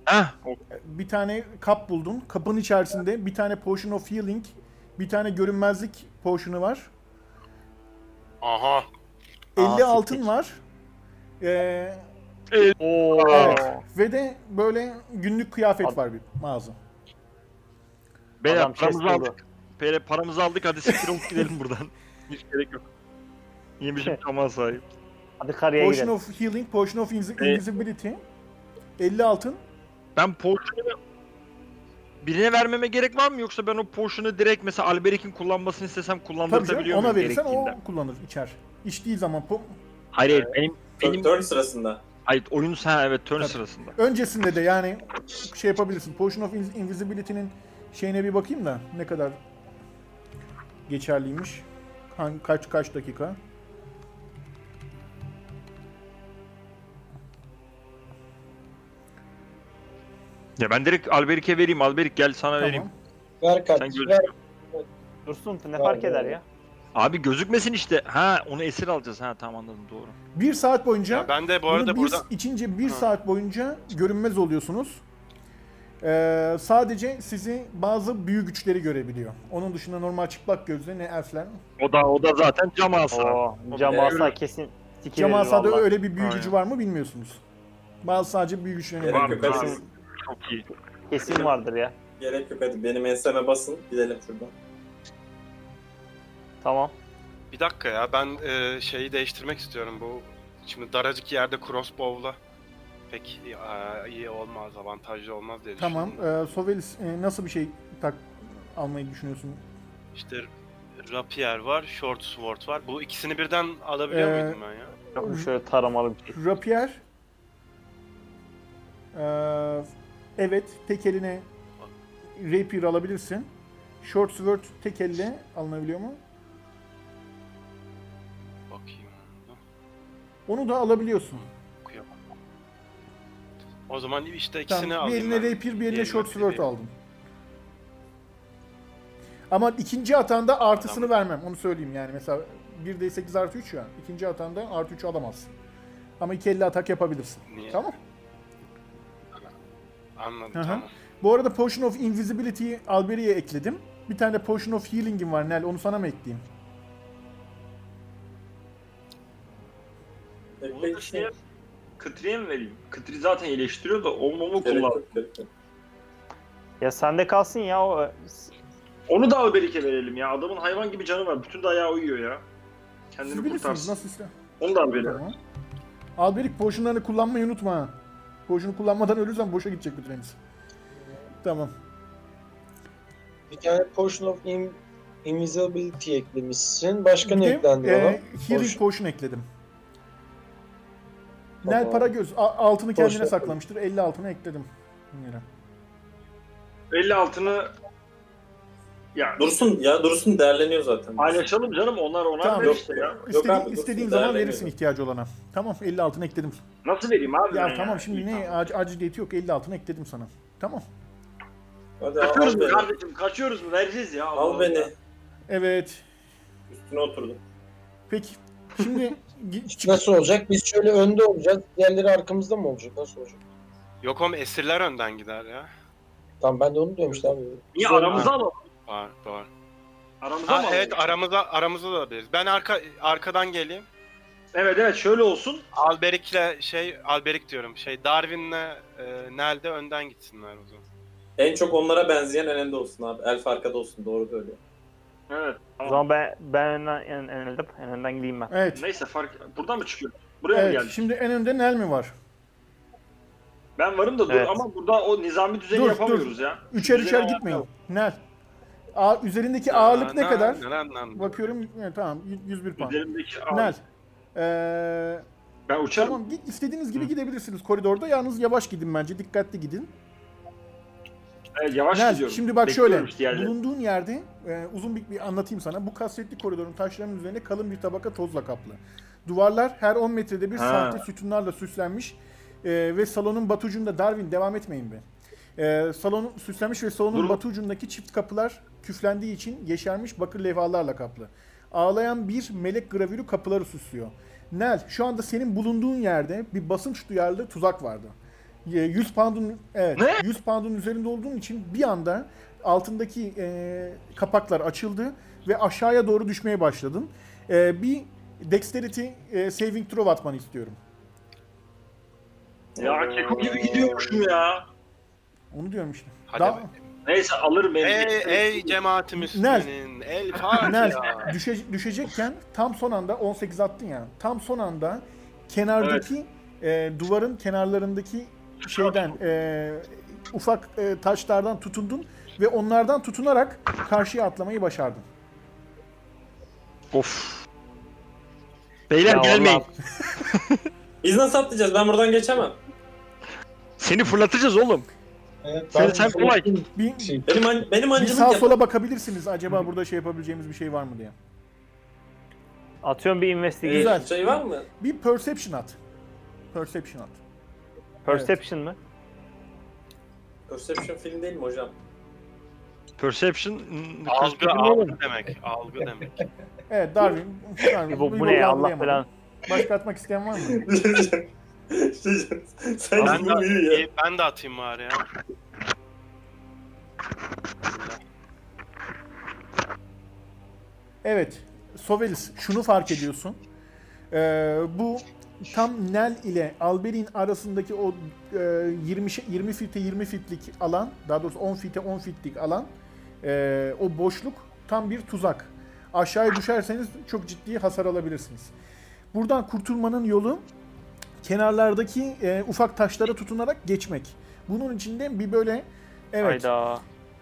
C: Heh, o-
B: bir tane kap buldun. Kapın içerisinde bir tane potion of healing, bir tane görünmezlik potion'u var.
F: Aha.
B: 50
D: Aa,
B: altın
D: siktir.
B: var. Ee,
D: Oo.
B: ve de böyle günlük kıyafet
D: Abi-
B: var bir mağaza.
C: Beyler
D: Adam chest
C: paramızı
D: oldu.
C: aldık. Beyler paramızı aldık hadi siktir olup gidelim buradan. Hiç gerek yok. Yemişim tamam sahip.
D: Hadi karıya
B: Potion
D: gidelim.
B: of healing, potion of invis- invisibility. 50 altın.
C: Ben poşunu birine vermeme gerek var mı yoksa ben o poşunu direkt mesela Alberic'in kullanmasını istesem
B: Tabii canım
C: kullandırtabiliyor
B: ona
C: muyum
B: verirsen o
C: gerektiğinde?
B: kullanır, içer. İçtiği zaman po-
C: Hayır hayır benim benim
A: Turn sırasında.
C: hayır oyun ha evet turn
B: Tabii.
C: sırasında.
B: öncesinde de yani şey yapabilirsin. Potion of Invis- invisibility'nin şeyine bir bakayım da ne kadar geçerliymiş. Hangi- kaç kaç dakika?
C: Ya ben direkt Alberic'e vereyim. Alberic gel sana vereyim.
B: Tamam.
E: Ver
C: Sen
E: kardeşim
C: göz-
E: ver.
D: Dursun ne
E: Vay
D: fark
E: be.
D: eder ya.
C: Abi gözükmesin işte. Ha onu esir alacağız. Ha tamam anladım doğru.
B: Bir saat boyunca
F: Ya ben de bu
B: Bunu
F: arada
B: bir,
F: burada
B: içince bir
F: Ha.
B: saat boyunca görünmez oluyorsunuz. Ee, sadece sizi bazı büyü güçleri görebiliyor. Onun dışında normal çıplak gözle ne elfler.
C: O da o da zaten cam asa.
D: Oo. Cam
A: Ee,
D: asa kesin sikilir
B: Cem Asa'da
D: valla.
B: öyle bir büyü
F: Aynen.
B: gücü var mı bilmiyorsunuz. Bazı sadece büyü güçlerine
A: Gerek yok
B: bakıyor.
A: hadi.
C: Çok iyi.
D: Kesin vardır ya.
A: Gerek yok hadi. Benim enseme basın. Gidelim şuradan.
D: Tamam.
F: bir dakika ya ben e, şeyi değiştirmek istiyorum bu şimdi daracık yerde crossbow'la pek e, iyi olmaz, avantajlı olmaz diye
B: Tamam.
F: düşündüm.
B: Ee, Sovelis e, nasıl bir şey tak almayı düşünüyorsun?
F: İşte rapier var, short sword var. Bu ikisini birden alabiliyor
B: Ee,
F: muydum ben ya?
D: Yok, şöyle taramalı bir şey.
B: Rapier. Ee, evet, tek eline rapier alabilirsin. Short sword tek elle alınabiliyor mu?
F: Bakayım. onu da.
B: Onu da alabiliyorsun.
F: Okuyamam. O zaman işte ikisini
B: Tamam, bir
F: alayım.
B: eline
F: ben.
B: rapier, bir eline
F: Diğerine
B: short
F: bir
B: sword
F: değil.
B: aldın. Ama ikinci atanda artısını
F: Adam-
B: vermem. Onu söyleyeyim yani. Mesela 1d8 artı 3 ya. İkinci atanda artı 3 alamazsın. Ama iki elle atak yapabilirsin.
F: Niye?
B: Tamam.
F: Anladım
B: Hı hı.
F: tamam.
B: Bu arada Potion of Invisibility'yi Alberi'ye ekledim. Bir tane de Potion of Healing'im var Nel. Onu sana mı ekleyeyim?
A: Pek
C: Bunu da şey şeye, Kıtri'ye mi vereyim? Kıtri zaten iyileştiriyor da olmamı
A: gerek
C: kullan.
A: yok, gerek yok.
D: Ya sende kalsın ya o
C: Onu da Alberic'e verelim ya. Adamın hayvan gibi canı var. Bütün dayağı uyuyor ya.
B: Siz
C: Kendini
B: bilirsiniz
C: kurtarsın.
B: nasıl ister.
C: Onu da Alberic'e.
B: Tamam. Alberic Potion'larını kullanmayı unutma. ha. Boşunu kullanmadan ölürsen boşa gidecek bütün hepsi. Tamam.
E: Bir tane Potion of in- Invisibility eklemişsin. Başka
B: Bir
E: ne
B: de,
E: eklendi
B: e,
E: ona?
B: Healing
E: Potion.
B: Potion ekledim. Nel
E: Tamam.
B: para göz altını kendine
E: Potion.
B: saklamıştır. 50 altını ekledim. Yine.
C: 50 altını ya
A: Dursun ya dursun değerleniyor zaten.
C: paylaşalım canım onlar onar
B: Tamam.
C: ver işte ya.
B: İstediğin,
A: abi, dur,
B: istediğin
A: dur,
B: zaman
A: değerlendirelim.
B: verirsin ihtiyacı olana. Tamam 50 altını ekledim.
C: Nasıl vereyim abi?
B: Ya
C: ben
B: tamam şimdi
C: İyi,
B: ne
C: tamam.
B: ac- aciliyeti yok 50 altını ekledim sana. Tamam.
A: Hadi al,
C: Kaçıyoruz mu
A: beni.
C: kardeşim? Kaçıyoruz mu? Vereceğiz ya. Allah
A: Al
C: Allah.
A: beni.
B: Evet.
A: Üstüne oturdum.
B: Peki. Şimdi gi- çık-
E: Nasıl olacak? Biz şöyle önde olacağız. Diğerleri arkamızda mı olacak? Nasıl olacak?
F: Yok oğlum esirler önden gider ya.
E: Tamam ben de onu diyorum işte abi.
C: Niye aramıza alalım?
F: Var, var.
C: Aramıza mı
F: Ha,
C: alalım?
F: evet aramıza aramıza da biliriz. Ben arka arkadan geleyim.
C: evet evet şöyle olsun.
F: Alberic'le şey Alberic diyorum. Şey Darwin'le e, Nel de önden gitsinler o zaman.
A: En çok onlara benzeyen önünde olsun abi. Elf arkada olsun doğru böyle.
C: Evet.
D: O
C: Tamam.
D: zaman ben ben önden en, en, önden- en önden gideyim ben.
B: Evet.
C: Neyse fark buradan mı çıkıyor? Buraya mı
B: Evet.
C: geldik?
B: Şimdi en önde Nel mi var?
C: Ben varım da dur
D: Evet.
C: ama burada o nizami düzeni
B: Dur,
C: yapamıyoruz ya.
B: Üçer
C: Üzerine
B: üçer
C: ayakta
B: gitmeyin.
C: yok.
B: Nel. Aa, üzerindeki E, ağırlık ne
F: Na-
B: kadar?
F: na- na- na- na.
B: Bakıyorum evet, tamam y- 101 puan.
C: Üzerimdeki
B: Nel. Ee,
C: Ben uçarım.
B: tamam git istediğiniz gibi gidebilirsiniz koridorda. Yalnız yavaş gidin bence. Dikkatli gidin.
C: Evet, e, yavaş
B: Nel,
C: gidiyorum.
B: şimdi bak
C: Bekliyorum
B: şöyle.
C: işte yerleri.
B: Bulunduğun yerde e, uzun bir, bir anlatayım sana. Bu kasvetli koridorun taşlarının üzerine kalın bir tabaka tozla kaplı. Duvarlar her 10 metrede bir
C: Ha.
B: sahte sütunlarla süslenmiş e, ve salonun batı ucunda Darwin devam etmeyin be. E, salonun süslenmiş ve salonun
C: Dur.
B: batı ucundaki çift kapılar küflendiği için yeşermiş bakır levhalarla kaplı. Ağlayan bir melek gravürü kapıları süslüyor. Nel, şu anda senin bulunduğun yerde bir basınç duyarlı tuzak vardı. E, 100 pound'un evet,
C: Ne?
B: 100 pound'un üzerinde olduğun için bir anda altındaki e, kapaklar açıldı ve aşağıya doğru düşmeye başladın. E, bir dexterity e, saving throw atmanı istiyorum.
C: Ya keko gibi gidiyormuşum ya.
B: Onu diyorum işte.
F: Hadi
B: Daha-
F: be.
C: Neyse alırım beni.
A: Ee,
F: Ey ey cemaati Müslümanın. El Fatiha.
B: Nel düşe- düşecekken tam son anda 18 attın ya. Tam son anda kenardaki e, duvarın kenarlarındaki şeyden e, ufak e, taşlardan tutundun ve onlardan tutunarak karşıya atlamayı başardın.
C: Of. Beyler
D: Ya
C: gelmeyin.
D: vallahi-
A: Biz nasıl atlayacağız? Ben buradan geçemem.
C: Seni fırlatacağız oğlum.
E: Evet,
C: Sen-
E: ben-
C: sen kolay.
B: Bir,
E: Şey,
A: Benim an- benim
B: bir
A: ancılık
B: sağa
A: yap.
B: sola bakabilirsiniz acaba burada şey yapabileceğimiz bir şey var mı diye.
D: Atıyorum bir investigation.
B: Güzel.
A: Şey var mı?
B: Bir perception at. Perception at.
D: Perception mı?
A: Perception film değil mi hocam?
C: Perception.
F: Algı algı demek. Algı demek.
B: Evet Darwin. Darwin,
D: Bu, bu
B: yolu
D: ne ya Allah
B: anlayamadın.
D: falan.
B: Başka atmak isteyen var mı?
A: Şey- Sen
F: Ben de,
A: bunu büyü ya.
F: e, ben de atayım bari ya.
B: Evet. Sovelis şunu fark ediyorsun. Ee, bu tam Nel ile Alberin arasındaki o e, 20 şey- 20 fite 20 fitlik alan, daha doğrusu 10 fite 10 fitlik alan e, o boşluk tam bir tuzak. Aşağıya düşerseniz çok ciddi hasar alabilirsiniz. Buradan kurtulmanın yolu kenarlardaki e, ufak taşlara tutunarak geçmek. Bunun için de bir böyle evet
D: Hayda.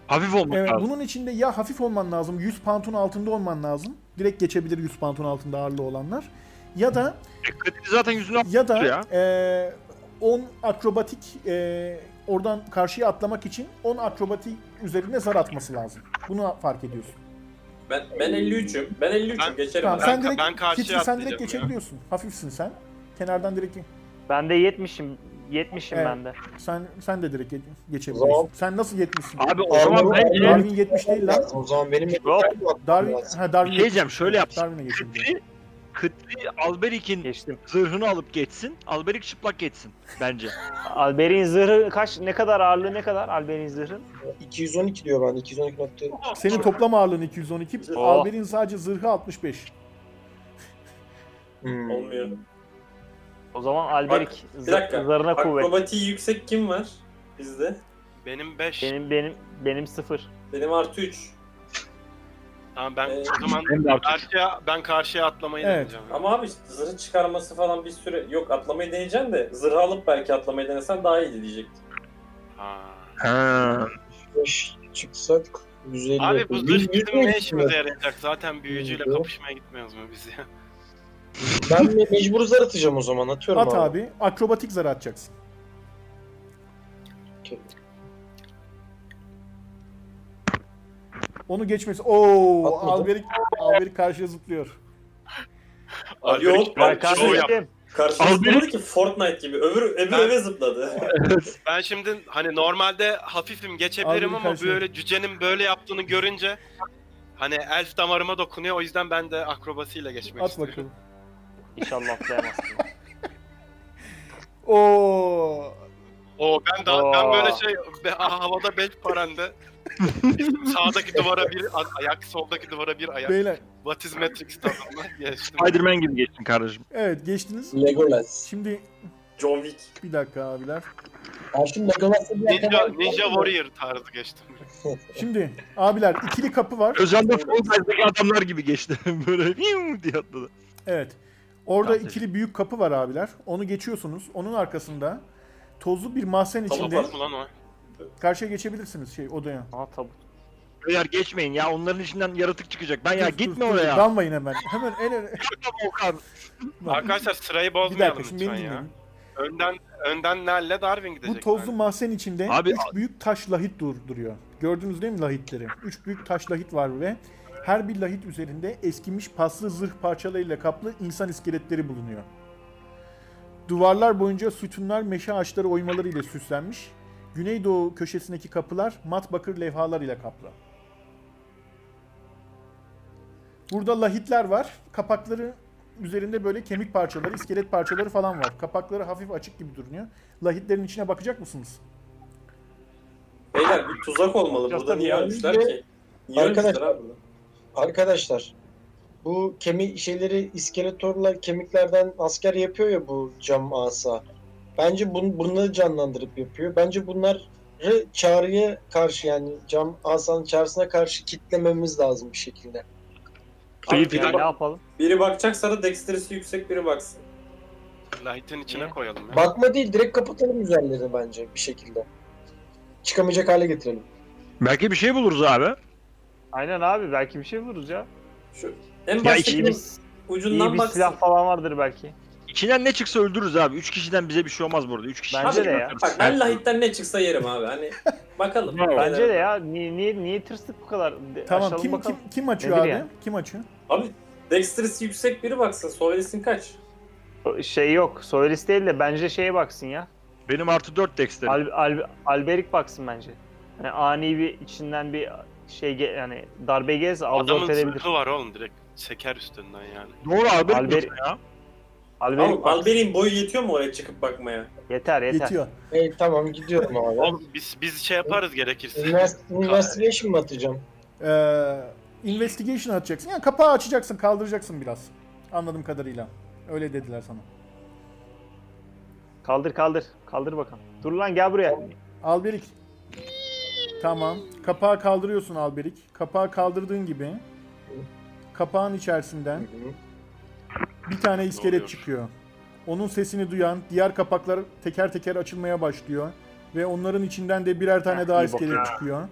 C: Hafif olmak
B: Evet,
C: lazım.
B: bunun içinde ya hafif olman lazım, 100 pound'un altında olman lazım. Direkt geçebilir 100 pound'un altında ağırlığı olanlar. Ya da
C: Dikkatini E, zaten yüzüne
B: ya da
C: Ya.
B: eee, 10 akrobatik eee, oradan karşıya atlamak için 10 akrobatik üzerine zar atması lazım. Bunu fark ediyorsun.
A: Ben, ben 53'üm. Ben 53'üm.
F: Ben-
A: Geçerim.
B: Tamam,
A: ben.
B: sen
F: ka-
B: direkt
F: ben karşıya
B: Kitli, sen direkt
F: atlayacağım ya.
B: geçebiliyorsun. Hafifsin sen. Kenardan direkt
D: Ben de 70'im. 70'im
B: Evet.
D: ben de.
B: sen sen de direkt ge-
E: Zaman.
B: geçebiliyorsun. Sen nasıl 70'sin?
C: Abi o zaman
E: Armor-
C: ben
E: Armor-
C: gene
B: Darwin 70 değil lan.
E: O zaman benim
D: Yok.
B: Darwin
E: Darwin.
B: ha Darwin
C: Bir şey diyeceğim, şöyle yap.
B: Darwin'e geçebiliyor.
C: Kıtri, Kıtri Alberic'in
D: Geçtim.
C: zırhını alıp geçsin. Alberic çıplak geçsin bence.
D: Alberin zırhı kaç? Ne kadar ağırlığı ne kadar? Alberin zırhı?
E: 212 diyor bende. 212 nokta.
B: Senin toplam ağırlığın 212.
D: Oo.
B: Albert'in sadece zırhı 65.
E: Hmm.
A: Olmuyor.
D: O zaman Alberic
A: bir dakika.
D: zı- zırhına kuvvet.
A: Akrobatiği yüksek kim var bizde?
F: Benim 5.
D: Benim benim benim sıfır.
A: Benim artı 3.
F: Tamam ben
A: Ee,
F: o zaman
C: Hem de Arthur.
F: karşıya, ben karşıya atlamayı
B: Evet.
F: deneyeceğim.
A: Ama abi işte zırhı çıkarması falan bir süre. Yok atlamayı deneyeceksin de zırhı alıp belki atlamayı denesen daha iyi diyecektim.
F: Ha.
C: Ha.
E: Beş çıksak 150
F: Abi bu
E: yapıyoruz.
F: zırh
E: Biz
F: bizim ne
E: gitmiyoruz
F: işimize
E: şimdi.
F: yarayacak? Zaten büyücüyle
E: Bilmiyorum.
F: kapışmaya gitmiyoruz mu biz ya?
E: Ben me- mecbur zar atacağım o zaman atıyorum
B: At abi. Akrobatik zar atacaksın.
E: Okey.
B: Onu geçmesi. Oo,
E: Atmadım.
B: Alberik Alberik karşıya zıplıyor.
A: Abi yok.
F: Ben
A: Bak, şey
D: Ben
F: karşı-
A: karşı,
D: kardeşim.
A: karşı
C: Al
A: zıpladı
C: biri-
A: ki Fortnite gibi. Öbür, öbür
F: Ben-
A: eve zıpladı.
F: Ben şimdi hani normalde hafifim geçebilirim
B: Abi,
F: ama
B: karşı-
F: böyle cücenin böyle yaptığını görünce hani elf damarıma dokunuyor o yüzden ben de akrobasiyle geçmek
B: At
F: istiyorum.
B: bakalım.
D: İnşallah atlayamazsın.
B: Oo.
F: Oo ben daha ben
D: Oo.
F: böyle şey be- ah, havada beş parende sağdaki duvara bir a- ayak soldaki duvara bir ayak.
B: Beyler.
F: What is Matrix tadında geçtim.
C: Spider-Man gibi geçtin kardeşim.
B: Evet geçtiniz.
E: Legolas.
B: Şimdi
A: John Wick.
B: bir dakika abiler.
E: Karşım Legolas'ta bir
F: Ninja,
E: arkadaş var.
F: Ninja Warrior tarzı geçtim.
B: Şimdi abiler ikili kapı var.
C: Özcan da Frontline'daki adamlar gibi geçti. Böyle "Hiu" diye atladı.
B: Evet. Orada
C: Tamam,
B: ikili büyük kapı var abiler. Onu geçiyorsunuz. Onun arkasında tozlu bir mahzen içinde
F: Psikopat ulan o.
B: karşıya geçebilirsiniz şey odaya.
D: Aa tabut.
C: Beyler geçmeyin ya onların içinden yaratık çıkacak. Ben ya
B: Dur, dur,
C: gitme
B: dur,
C: oraya.
B: Dalmayın hemen. Hemen en öne.
C: Tamam Okan.
B: Bak,
F: Arkadaşlar sırayı
B: bir
F: bozmayalım
B: dakika şimdi
F: lütfen
B: beni
F: ya.
B: dinleyin.
F: Önden önden Nell'le Darwin gidecek.
B: Bu tozlu mahzen içinde
C: Abi-
B: üç büyük taş lahit dur duruyor. Gördünüz değil mi lahitleri? Üç büyük taş lahit var ve her bir lahit üzerinde eskimiş paslı zırh parçalarıyla kaplı insan iskeletleri bulunuyor. Duvarlar boyunca sütunlar meşe ağaçları oymaları ile süslenmiş. Güneydoğu köşesindeki kapılar mat bakır levhalar ile kaplı. Burada lahitler var. Kapakları üzerinde böyle kemik parçaları, iskelet parçaları falan var. Kapakları hafif açık gibi görünüyor. Lahitlerin içine bakacak mısınız?
A: Beyler bir tuzak olmalı. Burada
D: Zaten
A: niye
D: yani
A: ölmüşler
E: bir-
A: ki? Niye
E: Arkadaşlar-
A: ölmüşler abi burada?
E: Arkadaşlar bu kemik şeyleri iskeletorlar kemiklerden asker yapıyor ya bu cam asa. Bence bun, bunları canlandırıp yapıyor. Bence bunları çağrıya karşı yani cam asanın çağrısına karşı kitlememiz lazım bir şekilde.
A: Abi,
D: Ya
A: biri,
D: ne
A: bak-
D: yapalım?
A: biri bakacaksa da dexterisi yüksek biri baksın.
F: Light'in içine
D: Niye?
F: koyalım ya.
E: Bakma değil direkt kapatalım üzerlerini bence bir şekilde. Çıkamayacak hale getirelim.
C: Belki bir şey buluruz abi.
D: Aynen abi belki bir şey buluruz ya.
A: Şu en
C: Ya
D: İyi
A: baştaki
D: bir, iyi
A: ucundan
D: bir
A: baksın.
D: silah falan vardır belki.
C: İçinden ne çıksa öldürürüz abi. Üç kişiden bize bir şey olmaz burada. Üç kişi.
D: Bence de ya.
A: Bak ben lahitten ne çıksa yerim abi. Hani bakalım.
D: Bence de ya. Niye, niye, niye tırstık bu kadar? De-
B: Tamam
D: aşağılık
B: kim
D: E, bakalım.
B: kim kim açıyor
D: Nedir
B: abi?
D: yani?
B: Kim açıyor?
A: Abi dexterisi yüksek biri baksın. Soylisin kaç?
D: Şey yok. Soyris değil de bence şeye baksın ya.
C: Benim artı dört dexterim.
D: Al, Al- Alberik baksın bence. Yani ani bir içinden bir şey ge- yani darbe gelse
F: Adamın
D: absorbe edebilir.
F: zırhı var oğlum direkt. Seker üstünden yani.
C: Doğru abi.
D: Albert-
C: ya.
D: Alberik
A: Al,
D: baksın.
A: Albert'in boyu yetiyor mu oraya çıkıp bakmaya?
D: Yeter yeter.
B: Yetiyor.
E: Evet tamam gidiyorum abi.
F: Oğlum biz, biz şey yaparız gerekirse.
E: Invest- Investigation mı atacağım?
B: Ee, investigation atacaksın. Yani kapağı açacaksın, kaldıracaksın biraz. Anladığım kadarıyla. Öyle dediler sana.
D: Kaldır kaldır. Kaldır bakalım. Dur lan gel buraya.
B: Alberik. Tamam. Kapağı kaldırıyorsun Alberik. Kapağı kaldırdığın gibi kapağın içerisinden bir tane
F: oluyor?
B: iskelet çıkıyor. Onun sesini duyan diğer kapaklar teker teker açılmaya başlıyor ve onların içinden de birer tane
D: Heh,
B: daha
D: Ah, iyi bak
B: iskelet çıkıyor.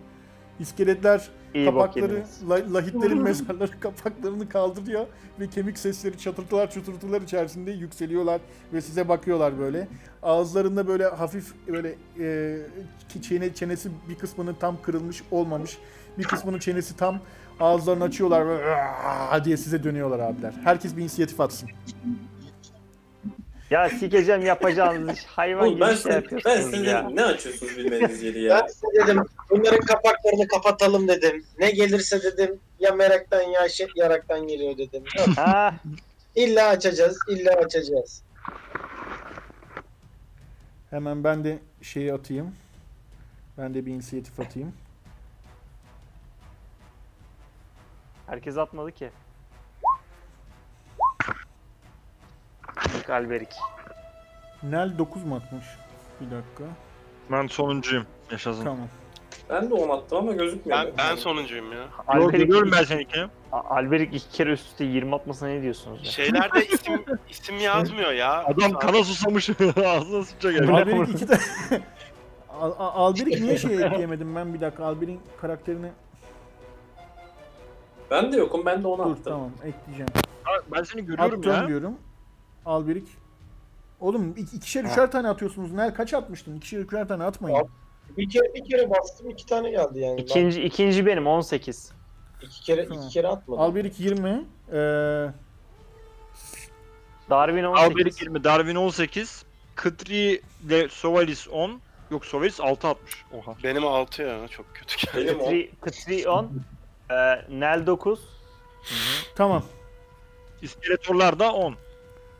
B: İskeletler
D: İyi bak
B: kapakları,
D: yediniz.
B: la- lahitlerin mezarları kapaklarını kaldırıyor ve kemik sesleri çatırtılar çuturtular içerisinde yükseliyorlar ve size bakıyorlar böyle. Ağızlarında böyle hafif böyle e, çene, çenesi bir kısmının tam kırılmış olmamış. Bir kısmının çenesi tam ağızlarını açıyorlar böyle "Aaa!" diye size dönüyorlar abiler. Herkes bir inisiyatif atsın.
D: Ya sikeceğim yapacağınız iş. Hayvan
A: Oğlum ben
D: gibi şey
A: size, ben
D: yapıyorsunuz
A: size
D: ya.
A: dedim, ne açıyorsunuz bilmediğiniz yeri
E: Ben
A: ya?
E: size dedim bunların kapaklarını kapatalım dedim. Ne gelirse dedim ya meraktan ya şey yaraktan geliyor dedim. Yok,
D: Ha,
E: İlla açacağız, illa açacağız.
B: Hemen ben de şeyi atayım. Ben de bir inisiyatif atayım.
D: herkes atmadı ki. Bak Alberik.
B: Nel 9 mu atmış? Bir dakika.
C: Ben sonuncuyum. Yaşasın.
B: Tamam.
A: Ben de 10 attım ama gözükmüyor.
F: Ben,
A: benim.
F: ben sonuncuyum ya.
D: Alberik,
C: Görüyorum ben seni ki.
D: A- Alberik iki kere üst üste 20 atmasına ne diyorsunuz ya?
F: Şeylerde isim isim yazmıyor ya.
C: Adam kana susamış. Ağzına sıçacak herif.
B: Alberik iki de... Al- Al- Alberik niye şey ekleyemedim ben bir dakika Alberik'in karakterini
A: Ben de yokum. Ben de 10
B: dur
A: attım.
B: tamam ekleyeceğim.
C: Ha, Ben seni görüyorum
B: Attım
C: ya.
B: diyorum. Alberik. Oğlum ik- ikişer üçer tane atıyorsunuz. Nel kaç atmıştın? İkişer üçer tane atmayın.
E: Abi. Bir kere bir kere bastım iki tane geldi yani. Ben
D: İkinci, ikinci benim 18.
E: iki kere
B: Tamam.
E: iki kere atmadım.
B: Alberik 20. Ee,
D: Darwin 18.
C: Alberik 20, Darwin 18, Kıtri ile Sovalis 10. Yok Sovalis 6 atmış. Oha.
F: Benim 6 ya çok kötü geldi.
A: Benim 10.
D: Kıtri, Kıtri 10. Ee, Nel 9.
B: tamam.
C: İskeletorlar da 10.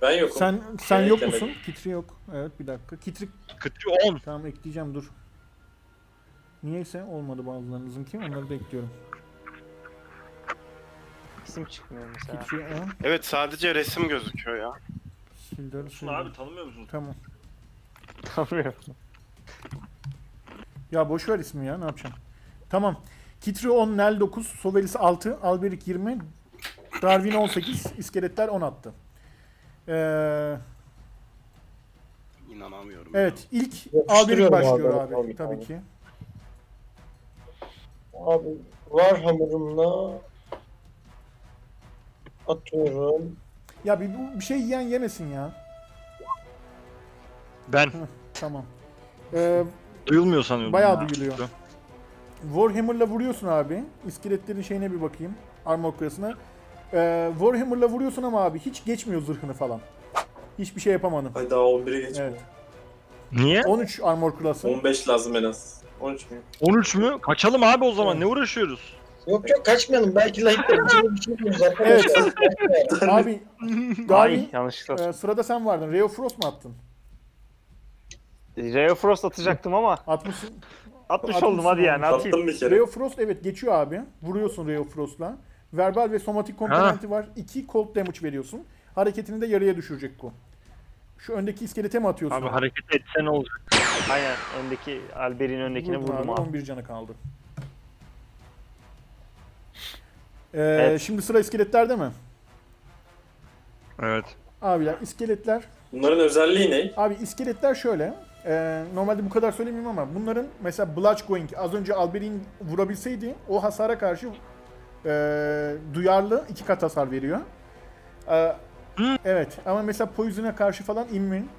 A: Ben yokum.
B: Sen sen
A: Şey
B: yok
A: eklemedim.
B: musun? Kitri yok. Evet bir dakika. Kitri
C: Kıtri 10.
B: tamam ekleyeceğim dur. Niyeyse olmadı bazılarınızınki. Onları bekliyorum.
D: İsim çıkmıyor mesela.
B: Kitri A.
F: Evet sadece resim gözüküyor ya.
B: Sildar. Sildar.
C: Abi tanımıyor musun?
B: Tamam.
D: Tanımıyorum.
B: Ya boş ver ismi ya ne yapacağım. Tamam. Kitri 10, Nel 9, Sovelis 6, Alberik 20, Darwin 18, iskeletler 10 attı. Ee,
F: İnanamıyorum.
B: evet ilk Alberik
E: Yapıştırıyorum
B: başlıyor abi,
E: abi, abi,
B: tabii
E: abi.
B: ki.
E: Abi var hamurumla atıyorum.
B: Ya bir, bu- bir şey yiyen yemesin ya.
C: Ben.
B: Tamam. Ee,
C: Duyulmuyor sanıyordum.
B: Bayağı
C: ya.
B: duyuluyor. Warhammer'la vuruyorsun abi. İskeletlerin şeyine bir bakayım. Armor class'ına. Ee, Warhammer'la vuruyorsun ama abi hiç geçmiyor zırhını falan. Hiçbir şey yapamadım.
A: Hayda 11'e geçmiyor.
B: Evet.
C: Niye?
B: 13 armor class'ın.
A: 15 lazım en az. 13 mü?
C: 13 mü? Kaçalım abi o zaman. Ne uğraşıyoruz?
E: Yok yok kaçmayalım. Belki lahitler için bir şey buluruz arkadaşlar.
B: Evet. abi
D: Ay
B: Darwin
D: yanlışlıkla.
B: e, sırada sen vardın. Reo Frost mu attın?
D: Ray of Frost atacaktım ama
B: Atmışsın.
D: 60
B: Atmışsın
D: oldum hadi yani
B: abi.
D: atayım.
A: Attım bir kere.
B: Reo Frost evet geçiyor abi. Vuruyorsun Reo Frost'la. Verbal ve somatik komponenti var. 2 cold damage veriyorsun. Hareketini de yarıya düşürecek bu. Şu öndeki iskelete mi atıyorsun?
C: Abi hareket etse ne olacak?
D: Aynen öndeki Alber'in öndekine
B: Vurdun
D: vurdum
B: abi,
D: abi.
B: 11 canı kaldı. Ee,
D: Evet.
B: Şimdi sıra iskeletlerde mi?
C: Evet.
B: Abiler iskeletler.
A: Bunların özelliği ne?
B: Abi iskeletler şöyle. Ee, normalde bu kadar söylemeyeyim ama bunların mesela Bludgegoing az önce Alberin vurabilseydi o hasara karşı ee, duyarlı iki kat hasar veriyor. Ee,
C: Hı.
B: evet ama mesela Poison'a karşı falan immün.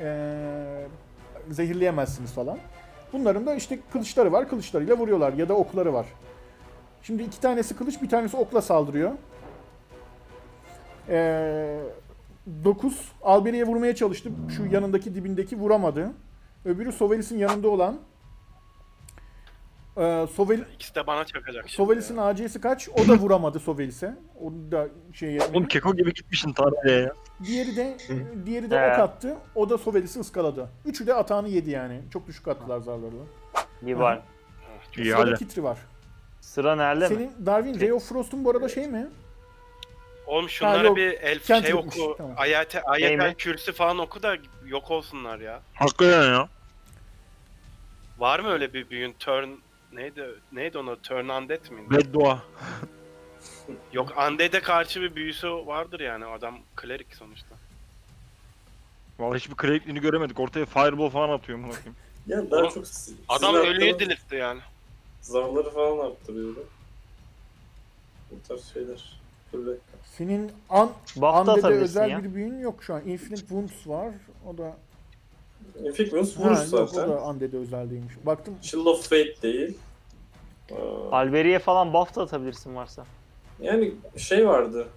B: Ee, zehirleyemezsiniz falan. Bunların da işte kılıçları var. Kılıçlarıyla vuruyorlar ya da okları var. Şimdi iki tanesi kılıç, bir tanesi okla saldırıyor. Ee, 9 Alberi'ye vurmaya çalıştı. Şu yanındaki dibindeki vuramadı. Öbürü Sovelis'in yanında olan. Ee, Sovel,
F: İkisi de bana çakacak şimdi.
B: Sovelis'in
F: ya.
B: AC'si kaç? O da vuramadı Sovelis'e. Onu da şey yetmedi.
C: Oğlum keko gibi gitmişsin tarihe ya.
B: Diğeri de diğeri de
D: He.
B: ok attı. O da Sovelis'i ıskaladı. Üçü de atağını yedi yani. Çok düşük attılar zarlarını.
D: İyi var.
C: İyi
B: Sırada
C: hala.
B: Kitri var.
D: Sıra nerede mi?
B: Senin Darwin Ray of Frost'un bu arada şey mi?
F: Oğlum
B: Ha,
F: şunlara
B: yok.
F: bir elf
B: Kent
F: şey
B: yokmuş,
F: oku.
B: tamam.
F: Ayete,
D: Neymiş?
F: ayete kürsü falan oku da yok olsunlar ya.
C: Hakikaten ya.
F: Var mı öyle bir büyün? Turn neydi? Neydi ona? Turn undead miydi?
C: Beddua.
F: Yok undead'e karşı bir büyüsü vardır yani. Adam klerik sonuçta.
C: Vallahi hiçbir kreditlini göremedik. Ortaya fireball falan atıyor. amına koyayım.
A: Ya daha
F: Oğlum,
A: çok si-
F: Adam
A: sizin
F: ölüyü
A: arttırın-
F: diriltti yani.
A: Zarları falan arttırıyordu. Bu tarz şeyler. Dur bir dakika.
B: Senin an
D: Buff da
B: Ande'de
D: atabilirsin
B: özel
D: ya.
B: bir büyün yok şu an. Infinite Wounds var. O da
A: Infigmus
B: Ha,
A: vuruş
B: yok, o
A: zaten.
B: da Ande'de özel değilmiş. Baktım
A: Shield of Fate değil. Ee,
D: Alberik'e falan buff da atabilirsin varsa.
A: yani şey vardı.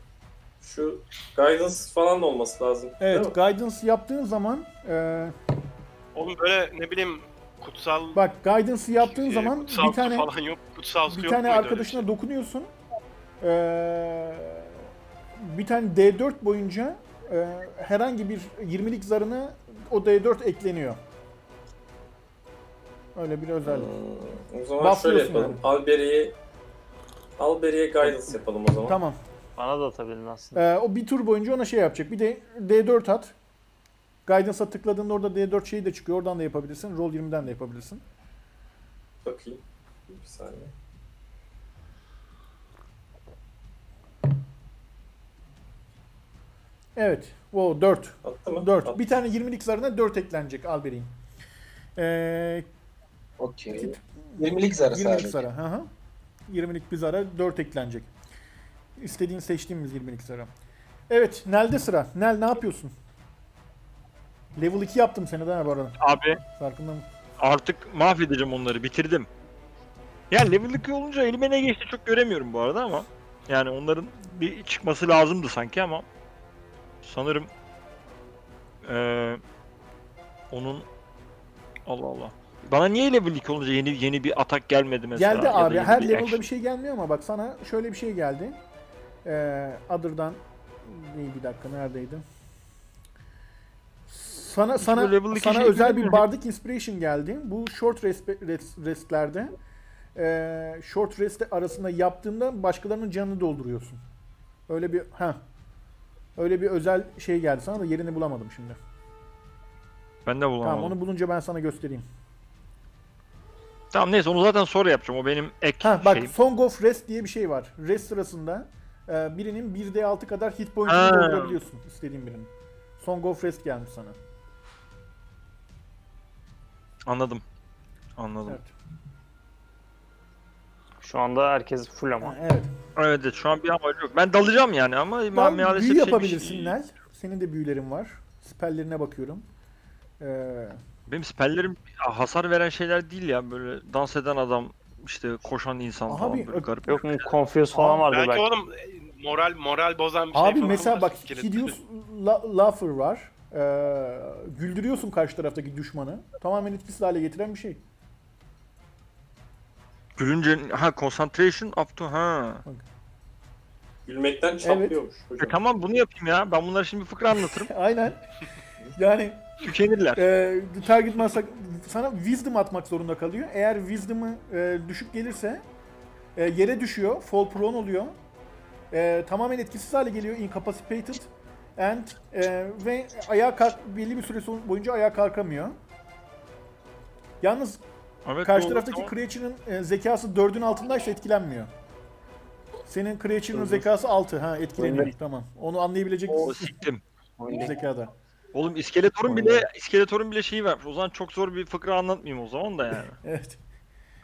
A: Şu Guidance falan olması lazım.
B: Evet,
A: değil mi?
B: guidance yaptığın zaman e,
F: Oğlum böyle ne bileyim kutsal
B: bak guidance yaptığın
F: e,
B: zaman
F: kutsal
B: bir tane
F: falan yok. Kutsal su
B: bir
F: yok
B: tane
F: muydu öyle
B: arkadaşına
F: bir şey?
B: dokunuyorsun. E, bir tane D4 boyunca e, herhangi bir 20'lik zarına o D4 ekleniyor. Öyle bir özellik.
A: Hmm, o zaman şöyle
B: Bufflıyorsun
A: yapalım.
B: yani.
A: Alberi'ye Alberi'ye Guidance yapalım o zaman.
B: Tamam.
D: Bana da atabilirsin aslında.
B: E, o bir tur boyunca ona şey yapacak. Bir de D4 at. Guidance'a tıkladığında orada D4 şeyi de çıkıyor. Oradan da yapabilirsin. Roll 20'den de yapabilirsin.
A: Bakayım. Bir saniye.
B: Evet. Wow 4.
A: Attı mı?
B: 4.
A: Attı.
B: Bir tane 20'lik zarına 4 eklenecek Alberin. Ee,
E: Okey. 20'lik zara
B: 20'lik
E: sadece.
B: zara. Hı hı. 20'lik bir zara 4 eklenecek. İstediğin seçtiğimiz 20'lik zara. Evet, Nel'de sıra. Nel ne yapıyorsun? Level 2 yaptım seni de bu arada.
C: Abi
B: Farkında mı?
C: artık mahvedeceğim onları bitirdim. Ya level 2 olunca elime ne geçti çok göremiyorum bu arada ama. Yani onların bir çıkması lazımdı sanki ama. Sanırım eee, onun Allah Allah. Bana niye level 2 olunca yeni yeni bir atak gelmedi mesela?
B: Geldi
C: ya da
B: abi.
C: yeni
B: Her
C: bir
B: level'da
C: action?
B: bir şey gelmiyor ama bak sana şöyle bir şey geldi. Ee, Other'dan İyi, bir dakika neredeydi? Sana sana
C: bu level iki
B: sana
C: şey
B: özel bir
C: göremiyorum.
B: bardic inspiration geldi. Bu short rest, rest- restlerde ee, short rest arasında yaptığında başkalarının canını dolduruyorsun. Öyle bir ha. Öyle bir özel şey geldi sana da yerini bulamadım şimdi.
C: Ben de bulamadım.
B: şey- Tamam
C: Tamam,
B: onu bulunca ben sana göstereyim.
C: neyse onu zaten sonra yapacağım. O benim ek
B: Ha bak
C: şeyim.
B: Song of Rest diye bir şey var. Rest sırasında e, birinin 1d6 kadar hit
C: Ha.
B: point'ini doldurabiliyorsun istediğin birinin. Song of Rest gelmiş sana.
C: Anladım. Anladım.
B: Evet.
C: Evet.
D: Şu anda herkes full ama.
B: Ha, evet.
C: evet şu an bir amacı yok. Ben dalacağım yani ama ma-
B: Tamam,
C: maalesef
B: büyü
C: şey bir
B: yapabilirsin
C: şey-
B: Nel. Senin de büyülerin var. Spellerine bakıyorum. Ee,
C: Benim spellerim ya, hasar veren şeyler değil ya. Böyle dans eden adam, işte koşan insan
B: Aha
C: falan
B: bir-
C: böyle garip.
D: Yok mu Confuse falan vardı
F: Belki
D: belki.
F: oğlum e, moral moral bozan bir şey
B: abi
F: falan
B: mesela
F: var.
B: bak
F: İskelet.
B: Hideous La- Laugher var. Ee, güldürüyorsun karşı taraftaki düşmanı. Tamamen etkisiz hale getiren bir şey.
C: Gülünce ha concentration up to ha.
A: Gülmekten çatlıyormuş
C: E,
A: hocam.
C: tamam bunu yapayım ya. Ben bunlara şimdi fıkra anlatırım.
B: Aynen. Yani
C: Tükenirler.
B: Ee, target masak sana wisdom atmak zorunda kalıyor. Eğer wisdom'ı e, düşük gelirse e, yere düşüyor, fall prone oluyor. E, tamamen etkisiz hale geliyor, incapacitated and e, ve ayağa kalk belli bir süre son- boyunca ayağa kalkamıyor. Yalnız
C: Evet,
B: karşı
C: doğru,
B: taraftaki
C: tamam.
B: creature'ın e, zekası 4'ün altındaysa etkilenmiyor. Senin creature'ın zekası 6 ha etkileniyor. Tamam. Onu anlayabilecek
C: O, siktim.
B: bir zekada.
C: Oğlum iskeletorun bile iskeletorun bile şeyi vermiş. O zaman çok zor bir fıkra anlatmayayım o zaman da yani.
B: Evet.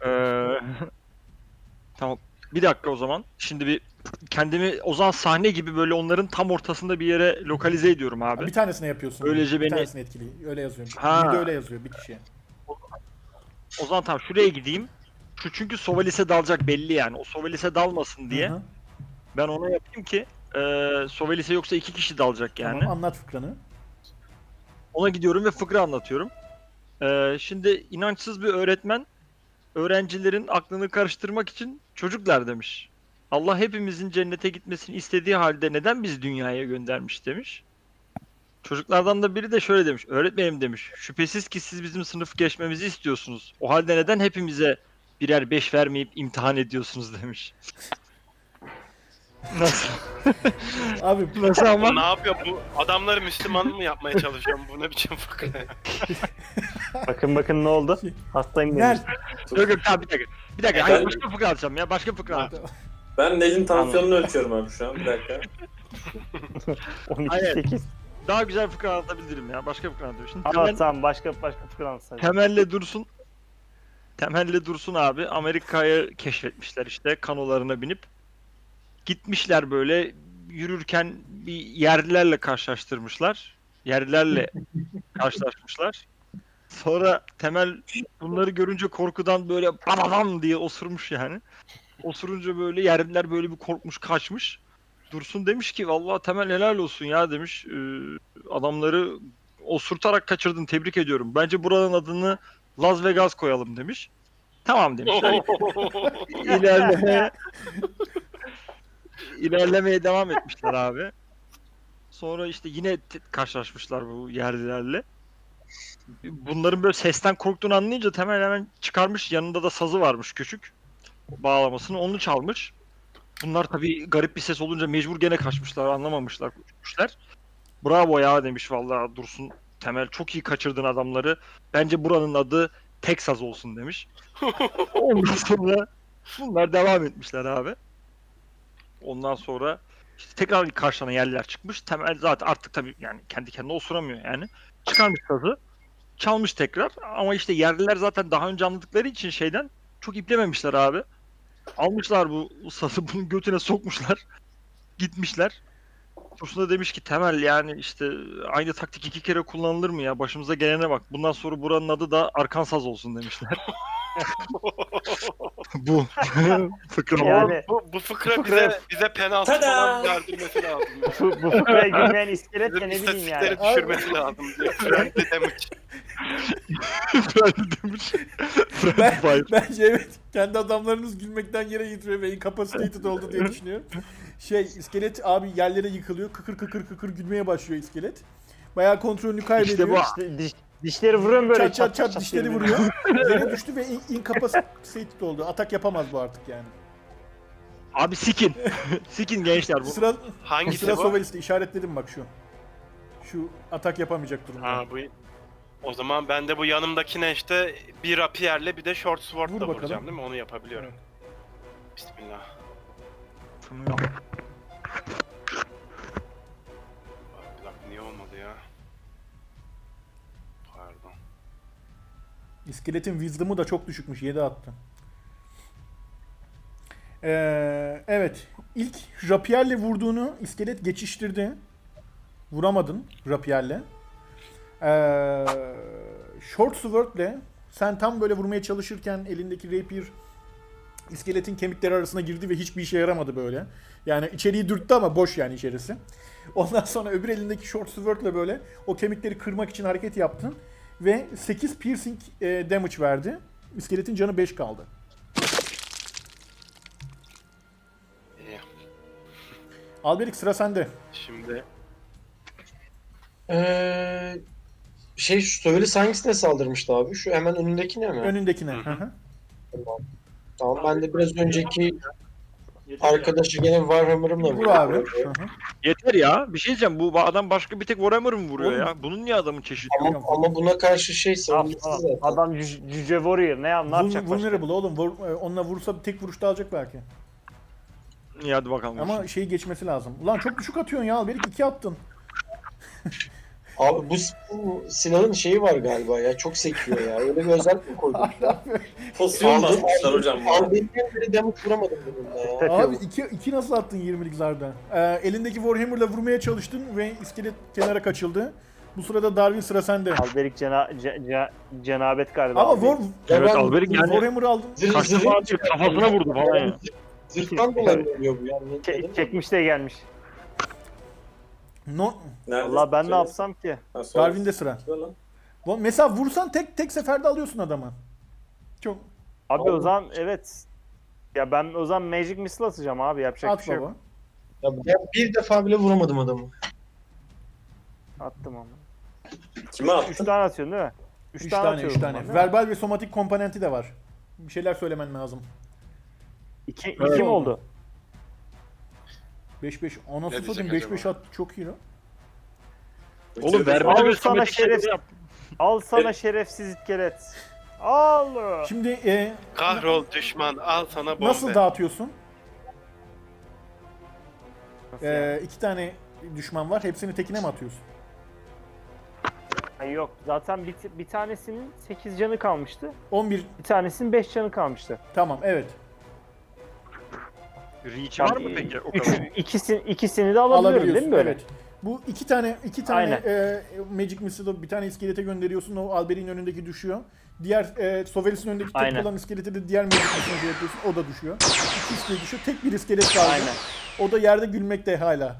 C: Ee, tamam. Bir dakika o zaman. Şimdi bir kendimi o zaman sahne gibi böyle onların tam ortasında bir yere lokalize ediyorum abi.
B: Bir tanesine yapıyorsun.
C: Böylece
B: bir
C: beni-
B: tanesine etkili. Öyle yazıyor.
C: Ha.
B: Bir de öyle yazıyor bir kişiye.
C: O zaman tamam şuraya gideyim. Şu çünkü Sovalise dalacak belli yani. O Sovalise dalmasın diye.
B: Hı hı.
C: Ben ona yapayım ki e, Sovalise yoksa iki kişi dalacak yani.
B: Tamam, anlat fıkranı.
C: Ona gidiyorum ve fıkra anlatıyorum. Ee, şimdi inançsız bir öğretmen öğrencilerin aklını karıştırmak için çocuklar demiş. Allah hepimizin cennete gitmesini istediği halde neden bizi dünyaya göndermiş demiş. Çocuklardan da biri de şöyle demiş. Öğretmenim demiş. Şüphesiz ki siz bizim sınıf geçmemizi istiyorsunuz. O halde neden hepimize birer beş vermeyip imtihan ediyorsunuz demiş. Nasıl?
B: Abi
C: Nasıl ama?
F: Bu ne yapıyor bu? Adamları Müslüman mı yapmaya çalışıyorum? Bu ne biçim fıkra? ya?
D: Bakın bakın ne oldu?
B: Şey,
D: Hastayım demiş.
B: Nel.
C: Yok yok tamam bir dakika. Bir dakika. Hayır, başka fıkra alacağım ya. Başka fıkra alacağım.
A: Ben Nel'in tansiyonunu ölçüyorum abi şu an. Bir dakika.
D: 12-8.
C: Daha güzel fıkra anlatabilirim ya. Başka fıkra anlatayım. Şimdi
D: Ama
C: temel,
D: tamam başka başka fıkra anlatsana.
C: temelle dursun. Temelle dursun abi. Amerika'yı keşfetmişler işte kanolarına binip. Gitmişler böyle yürürken bir yerlilerle karşılaştırmışlar. Yerlilerle karşılaşmışlar. Sonra Temel bunları görünce korkudan böyle babam diye osurmuş yani. Osurunca böyle yerliler böyle bir korkmuş kaçmış. Dursun demiş ki vallahi Temel helal olsun ya demiş. "Ee, adamları osurtarak kaçırdın tebrik ediyorum. Bence buranın adını Las Vegas koyalım demiş. Hani Tamam demişler. İlerlemeye ilerlemeye devam etmişler abi. Sonra işte yine te- karşılaşmışlar bu yerlilerle. Bunların böyle sesten korktuğunu anlayınca Temel hemen çıkarmış. Yanında da sazı varmış küçük. Bağlamasını onu çalmış. Bunlar tabii garip bir ses olunca mecbur gene kaçmışlar, anlamamışlar, uçmuşlar. Bravo ya demiş vallahi Dursun Temel çok iyi kaçırdın adamları. Bence buranın adı Texas olsun demiş. Ondan sonra bunlar devam etmişler abi. Ondan sonra işte tekrar karşılarına yerliler çıkmış. Temel zaten artık tabii yani kendi kendine osuramıyor yani. Çıkarmış sazı. Çalmış tekrar ama işte yerliler zaten daha önce anladıkları için şeyden çok iplememişler abi. Almışlar bu sazı bunun götüne sokmuşlar. Gitmişler. Sonrasında demiş ki Temel yani işte aynı taktik iki kere kullanılır mı ya? Başımıza gelene bak. Bundan sonra buranın adı da Arkansas olsun demişler. bu fıkra
D: Yani-
F: Bu, bu fıkra,
D: Fıkra-
F: bize bize penaltı
A: Tada!
F: falan verdirmesi lazım. ya.
D: Bu, bu fıkraya girmeyen iskelet de
F: Bizim
D: ne bileyim yani.
F: istatistikleri düşürmesi lazım. diye. Friendly damage.
C: Friendly demiş. Friendly fire.
B: Bence evet. Kendi adamlarınız gülmekten yere yitiriyor ve incapacitated oldu diye düşünüyorum. Şey iskelet abi yerlere yıkılıyor. Kıkır kıkır kıkır gülmeye başlıyor iskelet. Bayağı kontrolünü kaybediyor.
C: bu.
D: İşte diş- dişleri vuruyorum böyle.
B: Çat çat çat, dişleri
D: yemin
B: vuruyor. Yere düştü ve in- incapacitated oldu. Atak yapamaz bu artık yani.
C: Abi sikin. sikin gençler bu.
B: Sıra,
F: Hangisi
B: sıra
F: bu?
B: Sovelis'te işaretledim bak şu. Şu atak yapamayacak durumda.
F: Ha bu. O zaman ben de bu yanımdakine işte bir rapierle bir de short
B: Vur
F: sword'la
B: bakalım.
F: vuracağım değil mi? Onu yapabiliyorum. Bismillah. Bak, bak, niye olmadı ya? Pardon.
B: İskeletin wisdom'u da çok düşükmüş. 7 attı. Ee, evet. İlk rapierle vurduğunu iskelet geçiştirdi. Vuramadın rapierle. Ee, short sword'le sen tam böyle vurmaya çalışırken elindeki rapier iskeletin kemikleri arasına girdi ve hiçbir işe yaramadı böyle. Yani içeriği dürttü ama boş yani içerisi. Ondan sonra öbür elindeki short sword'le böyle o kemikleri kırmak için hareket yaptın ve 8 piercing e, damage verdi. İskeletin canı 5 kaldı.
F: İyi.
B: Alberik sıra sende.
F: Şimdi
E: Ee, şey şu Sövelis hangisine saldırmıştı abi? Şu hemen önündekine mi?
B: Önündekine.
F: Hı hı.
B: Hı hı.
E: Tamam ben de biraz önceki
D: ediyorum.
E: arkadaşı gene Warhammer'ımla
B: Vur abi.
E: vuruyorum.
B: Hı hı.
C: Yeter ya. Bir şey diyeceğim. Bu adam başka bir tek Warhammer mı vuruyor
B: Oğlum.
C: ya? Bunun niye adamın çeşidi?
E: Ama, ama buna karşı şey savunmasız
D: Adam-
E: zaten.
D: Adam cüce, cüce warrior ne, yap- ne
B: Vul-
D: yapacak başka?
B: Vulnerable oğlum. Vur- e, onunla vursa tek vuruşta alacak belki.
C: İyi hadi bakalım.
B: Ama şeyi geçmesi lazım. Ulan çok düşük atıyorsun ya Alberik. 2 attın.
E: Abi bu, bu silahın şeyi var galiba ya. Çok sekiyor ya. Öyle bir özellik mi koydun?
A: Pozisyon
E: Aldı-
A: basmışlar hocam. bu arada.
E: Abi benim beri damage vuramadım bununla ya.
D: Tet
B: Abi
D: yok.
B: 2 2 nasıl attın 20'lik zarda? Ee, elindeki Warhammer'la vurmaya çalıştın ve iskelet kenara kaçıldı. Bu sırada Darwin sıra sende.
D: Alberik cena, ce- ce- cenabet galiba.
B: Ama
D: Alberik.
B: War,
E: Ya
C: Evet
E: ben
C: Alberik yani
B: Warhammer'ı aldın.
E: zırh,
C: kaçtı
E: zırh,
C: falan diyor, kafasına vurdu falan ya.
E: zırhtan dolayı oluyor bu yani.
D: Çe- çekmiş de gelmiş.
B: No,
A: Nerede?
D: Allah ben ne
C: şey-
A: Söyle.
D: yapsam ki?
A: Ha, sonra-
B: Darwin'de sıra.
A: Söyle lan.
B: Bu- Mesela vursan tek tek seferde alıyorsun adamı. Çok
D: Abi o zaman evet. Ya ben o zaman Magic Missile atacağım abi yapacak bir
B: at
D: şey yok.
B: baba.
E: Ya ben bir defa bile vuramadım adamı.
D: Attım ama.
A: Kime attın?
D: Üç tane atıyorsun değil mi? Üç,
B: 3
D: tane,
B: tane, 3
D: atıyorum
B: tane.
D: ben, değil mi?
B: Verbal ve somatik komponenti de var. Bir şeyler söylemen lazım.
D: İki, iki
B: Evet.
D: mi oldu?
B: 5 5 ona
F: diyecek
B: sıfır 5 5
F: acaba?
B: at çok iyi lan.
C: Oğlum verbal
D: Al
C: ve
D: sana
C: somatik
D: şeref.
C: şey yap.
D: Al sana
A: Evet.
D: şerefsiz iskelet. Al.
B: Şimdi e,
F: kahrol düşman al sana bombe.
B: nasıl dağıtıyorsun?
D: Nasıl yani?
B: E, iki tane düşman var. Hepsini tekine mi atıyorsun?
D: Ay Yok zaten bir, bir tanesinin 8 canı kalmıştı.
B: 11
D: Bir tanesinin 5 canı kalmıştı.
B: tamam evet.
C: Reach var mı peki? O kadar.
D: ikisini, ikisini de alabiliyorum
B: Alabiliyorsun.
D: değil mi böyle?
B: Evet. Bu iki tane iki tane
D: Aynen.
B: e, Magic Missile'ı bir tane iskelete gönderiyorsun. O Albert'in önündeki düşüyor. Diğer e, Sovelis'in önündeki tek
D: Aynen.
B: olan iskelete de diğer Magic Missile'ı yapıyorsun. O da düşüyor. İki iskelet düşüyor. Tek bir iskelet kaldı.
D: Aynen.
B: O da yerde gülmekte hala.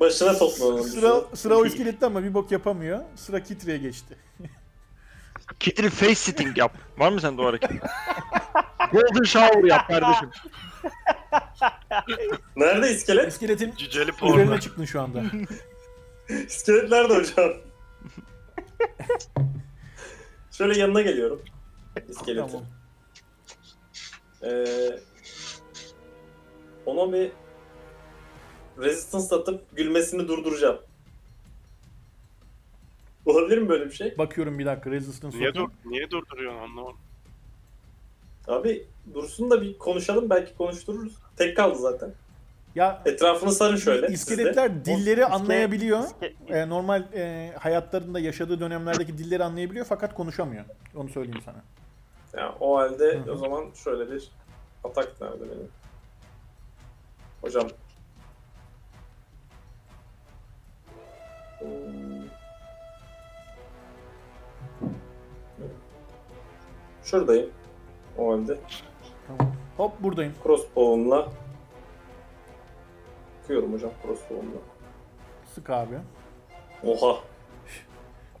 A: Başına toplanalım.
B: sıra sıra o iskelette ama bir bok yapamıyor. Sıra Kitre'ye geçti.
C: Kitri face sitting yap. Var mı sende o hareket? Golden shower yap kardeşim.
A: Nerede iskelet?
B: İskeletin
F: Cüceli porno.
B: üzerine çıktın şu anda.
A: İskelet nerede hocam? Şöyle yanına geliyorum. İskeletin.
B: tamam.
A: Ee, ona bir resistance atıp gülmesini durduracağım. Olabilir mi böyle bir şey?
B: Bakıyorum bir dakika Resistance
F: Niye,
B: Hold'un.
F: dur, niye durduruyorsun anlamadım.
A: Abi dursun da bir konuşalım belki konuştururuz. Tek kaldı zaten.
B: Ya
A: Etrafını sarın şöyle. siz de.
B: iskeletler dilleri
D: İskelet-
B: anlayabiliyor.
D: İske-
B: E, normal e, hayatlarında yaşadığı dönemlerdeki dilleri anlayabiliyor fakat konuşamıyor. Onu söyleyeyim sana.
A: Ya, o halde
B: Hı hı.
A: o zaman şöyle bir atak nerede benim? Hocam. Hmm. Şuradayım. O halde.
B: Tamam. Hop buradayım.
A: Crossbow'umla. Bakıyorum hocam crossbow'umla.
B: Sık abi.
A: Oha.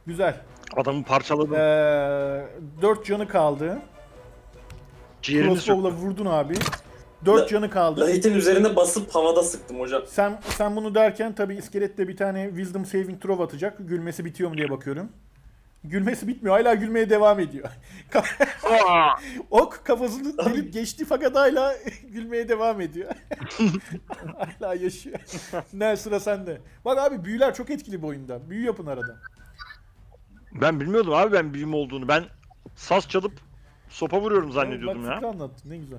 B: Güzel.
C: Adamı parçaladım.
B: Ee, 4 canı kaldı.
C: Ciğerini söktüm.
B: Crossbow'la vurdun abi. 4
A: La-
B: canı kaldı.
A: Lahit'in üzerine basıp havada sıktım hocam.
B: Sen sen bunu derken tabii iskelet de bir tane wisdom saving throw atacak. Gülmesi bitiyor mu diye bakıyorum. Gülmesi bitmiyor. Hala gülmeye devam ediyor.
C: Aa!
B: Ok kafasını delip geçti fakat hala gülmeye devam ediyor. hala yaşıyor. Nel sıra sende. Bak abi büyüler çok etkili bu oyunda. Büyü yapın arada.
C: Ben bilmiyordum abi ben büyüm olduğunu. Ben saz çalıp sopa vuruyorum zannediyordum
B: Bak,
C: ya.
B: Fikri anlattı ne güzel.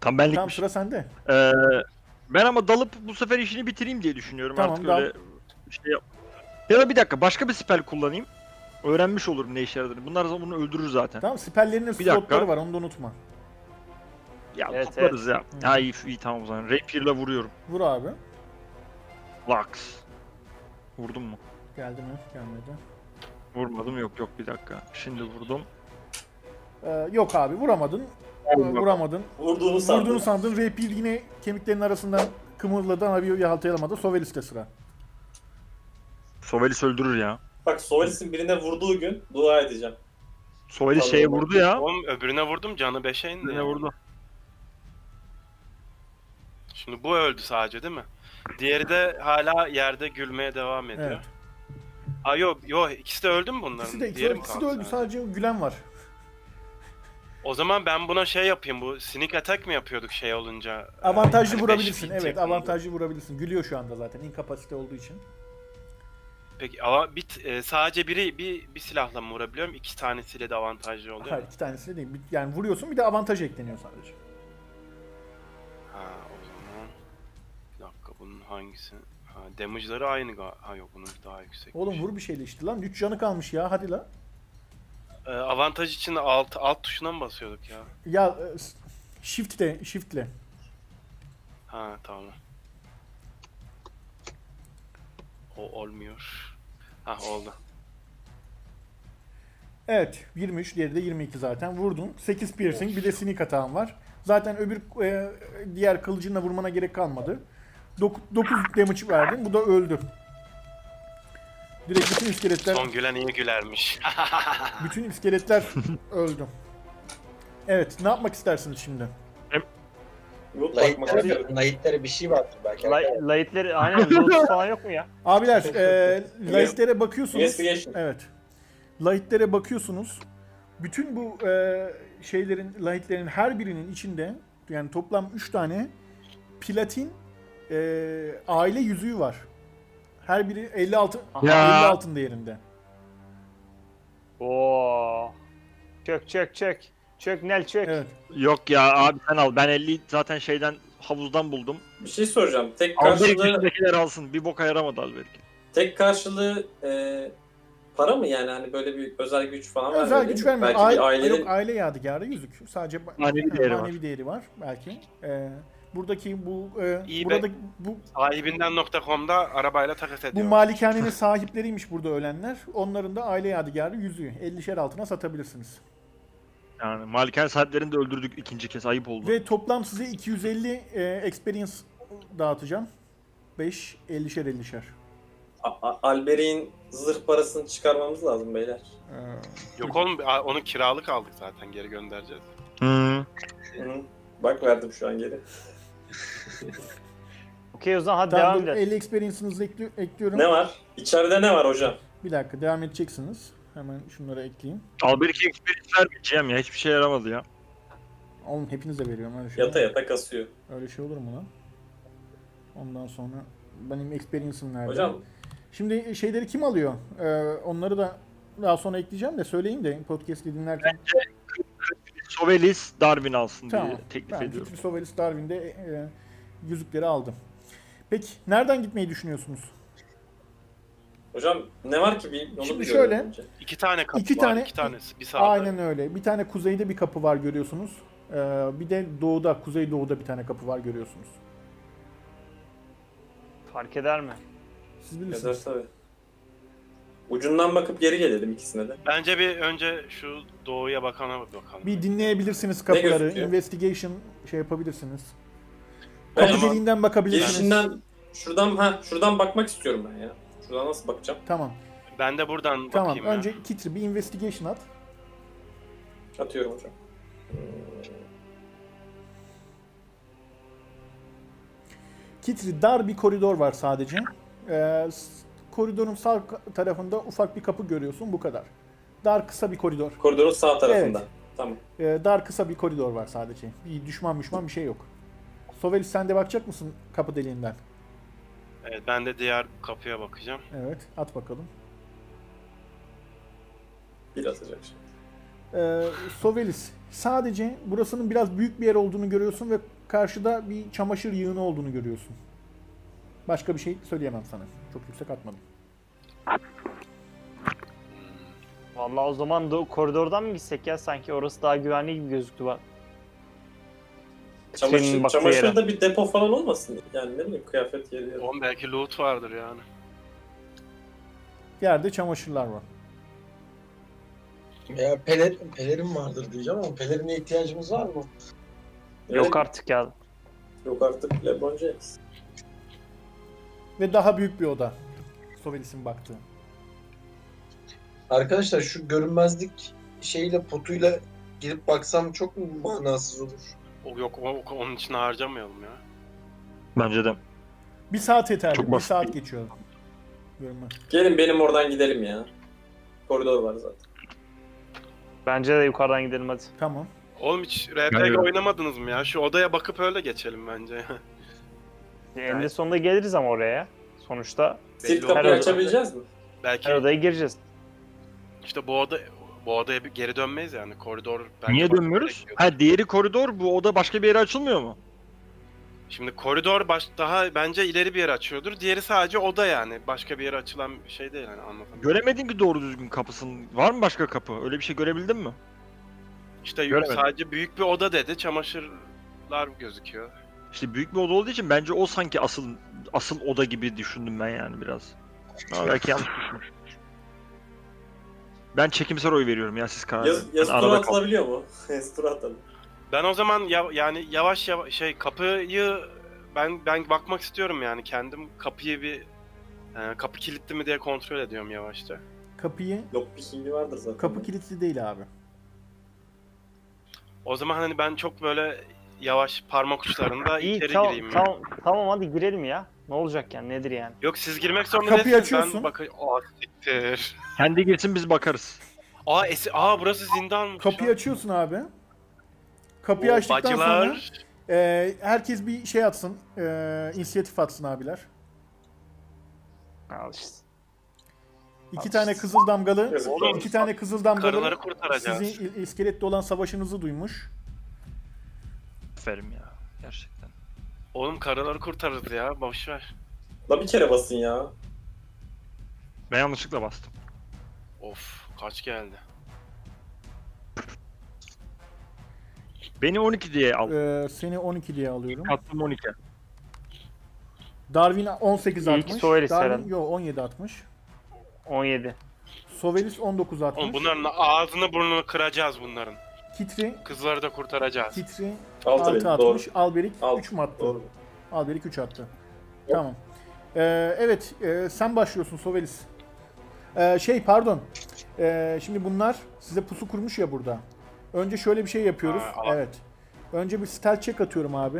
C: Tam
B: Tamam
C: benlikmiş.
B: sıra sende.
C: Ee, ben ama dalıp bu sefer işini bitireyim diye düşünüyorum
B: Tamam,
C: artık
B: dal.
C: öyle şey yap- Ya da bir dakika başka bir spell kullanayım. Öğrenmiş olurum ne işe yaradığını. Bunlar zaten bunu öldürür zaten.
B: Tamam siperlerinin
C: Bir dakika.
B: slotları var onu da unutma.
C: Ya
D: Evet,
C: kutlarız
B: Hı.
C: ya. Ha iyi, iyi tamam o zaman. Rapier'la vuruyorum.
B: Vur abi.
C: Vax. Vurdum mu?
B: Geldi mi? Gelmedi.
C: Vurmadım yok yok bir dakika. Şimdi vurdum.
B: Ee, yok abi vuramadın. Ee, vuramadın.
A: Vurduğunu sandım.
B: Vurduğunu sandın. Rapier yine kemiklerin arasından kımırladı ama bir haltalayamadı. Sovelis'te sıra.
C: Sovelis öldürür ya.
A: Bak Sovelis'in birine vurduğu gün dua edeceğim.
C: Sovelis
A: Tamam,
C: şeye
A: bak.
C: vurdu ya.
F: Oğlum öbürüne vurdum canı beşe indi.
C: Ne vurdu?
F: Şimdi bu öldü sadece değil mi? Diğeri de hala yerde gülmeye devam ediyor.
B: Evet.
F: Ha yok yok ikisi de öldü mü bunların?
B: İkisi de, ikisi,
F: Diğeri mi
B: ikisi de
F: kaldı
B: öldü.
F: sadece?
B: Sadece gülen var.
F: O zaman ben buna şey yapayım bu sneak attack mi yapıyorduk şey olunca?
B: Avantajlı
F: Hani beş
B: vurabilirsin.
F: feet
B: Evet,
F: yakındı.
B: avantajlı vurabilirsin. Gülüyor şu anda zaten inkapasite olduğu için.
F: Peki ama bir, t- e, sadece biri bir, bir silahla mı vurabiliyorum? İki tanesiyle de avantajlı oluyor.
B: Hayır, iki tanesi değil. Bir- Yani vuruyorsun bir de avantaj ekleniyor sadece.
F: Ha o zaman. Bir dakika bunun hangisi? Ha, damage'ları aynı ga- Ha yok bunun daha yüksek.
B: Oğlum vur bir şeyle işte lan. 3 canı kalmış ya. Hadi la.
F: Ee, avantaj için alt, alt tuşuna mı basıyorduk ya?
B: Ya e, s- shift de shiftle.
F: Ha tamam. O olmuyor. Ha oldu.
B: Evet 23 diğeri de 22 zaten vurdun. 8 piercing bir de sinik atağın var. Zaten öbür e, diğer kılıcınla vurmana gerek kalmadı. 9 damage verdin. Bu da öldü. Direkt bütün iskeletler
F: Son gülen iyi gülermiş.
B: bütün iskeletler öldü. Evet, ne yapmak istersiniz şimdi?
A: Loot bakmak istiyorum.
E: Layitlere, layitlere bir şey vardı belki.
D: Lay- Layitleri aynen loot falan yok mu ya?
B: Abiler, e, layitlere bakıyorsunuz.
A: Investigation.
B: Evet. Layitlere bakıyorsunuz. Bütün bu e, şeylerin, lahitlerin her birinin içinde yani toplam 3 tane platin e, aile yüzüğü var. Her biri 56
C: Ya.
B: 50 altın değerinde.
D: Oo. Çök çök çök. Çök Nel çök.
B: Evet.
C: Yok ya abi sen al. Ben 50 zaten şeyden havuzdan buldum.
A: Bir şey soracağım. Tek
C: Aldık
A: karşılığı
C: üstündekiler alsın. Bir boka yaramadı belki.
A: tek karşılığı e, para mı yani hani böyle bir özel güç falan vermiyor
B: Özel
A: değil
B: güç
A: mi?
B: vermiyor.
A: Belki
B: Aile,
A: bir ailenin
B: yok, aile yadigarı yüzük. Sadece ba-
C: Manevi değeri var.
B: manevi değeri var belki. E, buradaki bu e,
F: İyi be.
B: buradaki bu
F: Sahibinden.com'da arabayla takas
B: Bu
F: ediyor.
B: malikanenin sahipleriymiş burada ölenler. Onların da aile yadigarı yüzüğü. 50'şer altına satabilirsiniz.
C: Yani malikan sahiplerini de öldürdük ikinci kez. Ayıp oldu.
B: Ve toplam size 250 e, experience dağıtacağım. 5 50'şer 50'şer.
A: A- A- Alberik'in zırh parasını çıkarmamız lazım beyler.
B: Ee,
F: Yok oğlum a- onu kiralık aldık zaten geri göndereceğiz.
C: Hı.
A: Hı. Bak verdim şu an geri.
D: Okey o zaman hadi
B: tamam,
D: devam
B: dur,
D: edelim.
B: 50 experience'ınızı ekli- ekliyorum.
A: Ne var? İçeride ne var hocam?
B: Bir dakika devam edeceksiniz. Hemen şunları ekleyeyim.
C: Alberik'e experience vermeyeceğim ya. Hiçbir şey yaramadı ya.
B: Oğlum hepinize veriyorum. Öyle şey,
A: Yata yata kasıyor.
B: öyle şey olur mu lan? Ondan sonra benim experience'ım nerede?
A: Hocam
B: Şimdi şeyleri kim alıyor? Ee, onları da daha sonra ekleyeceğim de söyleyeyim de podcast'i dinlerken.
C: Sovelis Darwin alsın
B: Tamam.
C: diye teklif
B: Ben
C: ediyorum.
B: Fitri Sovelis Darwin'de e, yüzükleri aldım. Peki nereden gitmeyi düşünüyorsunuz?
A: Hocam ne var ki bir onu
B: Şimdi
A: bir
B: şöyle,
A: görelim önce.
F: İki tane kapı
B: İki
F: var.
B: tane-
F: iki tanesi. Bir sağda.
B: Aynen öyle. Bir tane kuzeyde bir kapı var görüyorsunuz. Ee, bir de doğuda, kuzey doğuda bir tane kapı var görüyorsunuz.
D: Fark eder mi?
B: Siz bilirsiniz.
A: Yazar tabii. Ucundan bakıp geri gelelim ikisine de.
F: Bence bir önce şu doğuya bakana bir bakalım.
B: Bir dinleyebilirsiniz
A: Ne
B: kapıları.
A: gözüküyor?
B: Investigation şey yapabilirsiniz.
A: Ben
B: Kapı
A: şu-
B: deliğinden bakabilirsiniz.
A: Girişinden şuradan ha şuradan bakmak istiyorum ben ya. Şuradan nasıl bakacağım?
B: Tamam.
F: Ben de buradan
B: Tamam.
F: bakayım. ya.
B: Önce Kitri bir investigation at.
A: Atıyorum hocam.
B: Kitri dar bir koridor var sadece. Ee, s- koridorun sağ ka- tarafında ufak bir kapı görüyorsun. Bu kadar. Dar kısa bir koridor.
A: Koridorun sağ tarafında.
B: Evet.
A: Tamam.
B: Ee, dar kısa bir koridor var sadece. Bir düşman düşman bir şey yok. Sovelis sen de bakacak mısın kapı deliğinden?
F: Evet, ben de diğer kapıya bakacağım.
B: Evet. At bakalım.
A: Bir atacak şimdi.
B: Ee, Sovelis sadece burasının biraz büyük bir yer olduğunu görüyorsun ve karşıda bir çamaşır yığını olduğunu görüyorsun. Başka bir şey söyleyemem sana. Çok yüksek atmadım.
D: Vallahi o zaman da koridordan mı gitsek ya sanki orası daha güvenli gibi gözüktü bak. Senin
A: Çamaşır,
D: baktığı yere.
A: çamaşırda bir depo falan olmasın? Yani ne bileyim kıyafet yeri. yeri.
F: Oğlum belki loot vardır yani.
B: Yerde çamaşırlar var.
E: Ya pelerin, pelerin vardır diyeceğim ama pelerine ihtiyacımız var mı?
D: Yok artık ya.
A: Yok artık LeBron James.
B: Ve daha büyük bir oda. Sovelis'in baktığı.
E: Arkadaşlar şu görünmezlik şeyiyle potuyla girip baksam çok mu manasız olur?
F: O yok o, o- onun için harcamayalım ya.
C: Bence de.
B: Bir saat yeterli.
C: Çok
B: Bir
C: basit.
B: saat geçiyor. Görünmez.
A: Gelin benim oradan gidelim ya. Koridor var zaten.
D: Bence de yukarıdan gidelim hadi.
B: Tamam.
F: Oğlum hiç
C: Aynen.
F: RPG oynamadınız mı ya? Şu odaya bakıp öyle geçelim bence.
D: En de sonunda geliriz ama oraya. ya. Sonuçta
A: Sil
F: Belli
A: kapıyı
D: olmaz.
A: açabileceğiz mi?
F: belki
D: her odaya gireceğiz.
F: işte bu oda bu odaya bir geri dönmeyiz yani koridor belki
C: Niye
F: bakıp
C: dönmüyoruz?
F: gerekiyor.
C: Ha diğeri koridor bu oda başka bir yere açılmıyor mu?
F: Şimdi koridor baş daha bence ileri bir yere açıyordur. Diğeri sadece oda yani. Başka bir yere açılan bir şey değil yani anlatamıyorum.
C: Göremedin ki doğru düzgün kapısını. Var mı başka kapı? Öyle bir şey görebildin mi?
F: İşte
C: Göremedim.
F: sadece büyük bir oda dedi. Çamaşırlar gözüküyor.
C: İşte büyük bir oda olduğu için bence o sanki asıl asıl oda gibi düşündüm ben yani biraz. Ama belki yanlış düşünmüş. Ben çekimsel oy veriyorum ya siz karar verin.
A: Yaz, yazı
C: Ben
A: tura
C: arada kaldım.
A: atılabiliyor mu? yazı tura atalım.
F: Ben o zaman ya- yani yavaş yavaş şey kapıyı ben ben bakmak istiyorum yani kendim kapıyı bir e, kapı kilitli mi diye kontrol ediyorum yavaşça.
B: Kapıyı
A: Lockpicking'i vardır zaten.
B: kapı kilitli değil abi.
F: O zaman hani ben çok böyle yavaş parmak uçlarında
D: İyi
F: içeri
D: tamam,
F: gireyim. yani.
D: tamam, tamam hadi girelim ya. Ne olacak yani nedir yani?
F: Yok siz girmek zorunda
B: Kapıyı
F: değilsiniz.
B: açıyorsun.
F: Ben bakayım. Aa siktir.
C: Kendi girsin biz bakarız.
F: Aa, esi- Aa burası zindanmış.
B: Kapıyı
F: ya.
B: açıyorsun abi. Kapıyı
F: Oo,
B: açtıktan
F: bacılar.
B: sonra e, herkes bir şey atsın. E, inisiyatif atsın abiler.
D: Al işte.
B: İki tane kızıl damgalı,
A: Oğlum,
B: iki tane kızıl damgalı
F: Karıları kurtaracağız.
B: sizin il- iskelette olan savaşınızı duymuş.
C: Aferin ya. Gerçekten.
F: Oğlum karıları kurtarırız ya boş ver.
A: La bir kere basın ya.
C: Ben yanlışlıkla bastım.
F: Of kaç geldi.
C: Beni 12 diye al.
B: Ee, seni 12 diye alıyorum.
C: Kattım 12.
B: Darwin 18
D: İyi
B: atmış.
D: ki Sovelis
B: Darwin
D: herhalde.
B: yo 17 atmış.
D: 17.
B: Sovelis 19 atmış.
F: Oğlum bunların ağzını burnunu kıracağız bunların.
B: Kitri
F: Kızları da kurtaracağız.
B: Kitri
A: 6
B: 6
A: benim doğru.
B: atmış. Alberik
A: Alt,
B: 3 mü attı?
A: Doğru.
B: Alberik 3 attı. Tamam. Ee, evet, e, sen başlıyorsun Sovelis. Ee, şey pardon. Ee, şimdi bunlar size pusu kurmuş ya burada. Önce şöyle bir şey yapıyoruz.
F: Ha, alan.
B: evet. Önce bir stealth check atıyorum abi.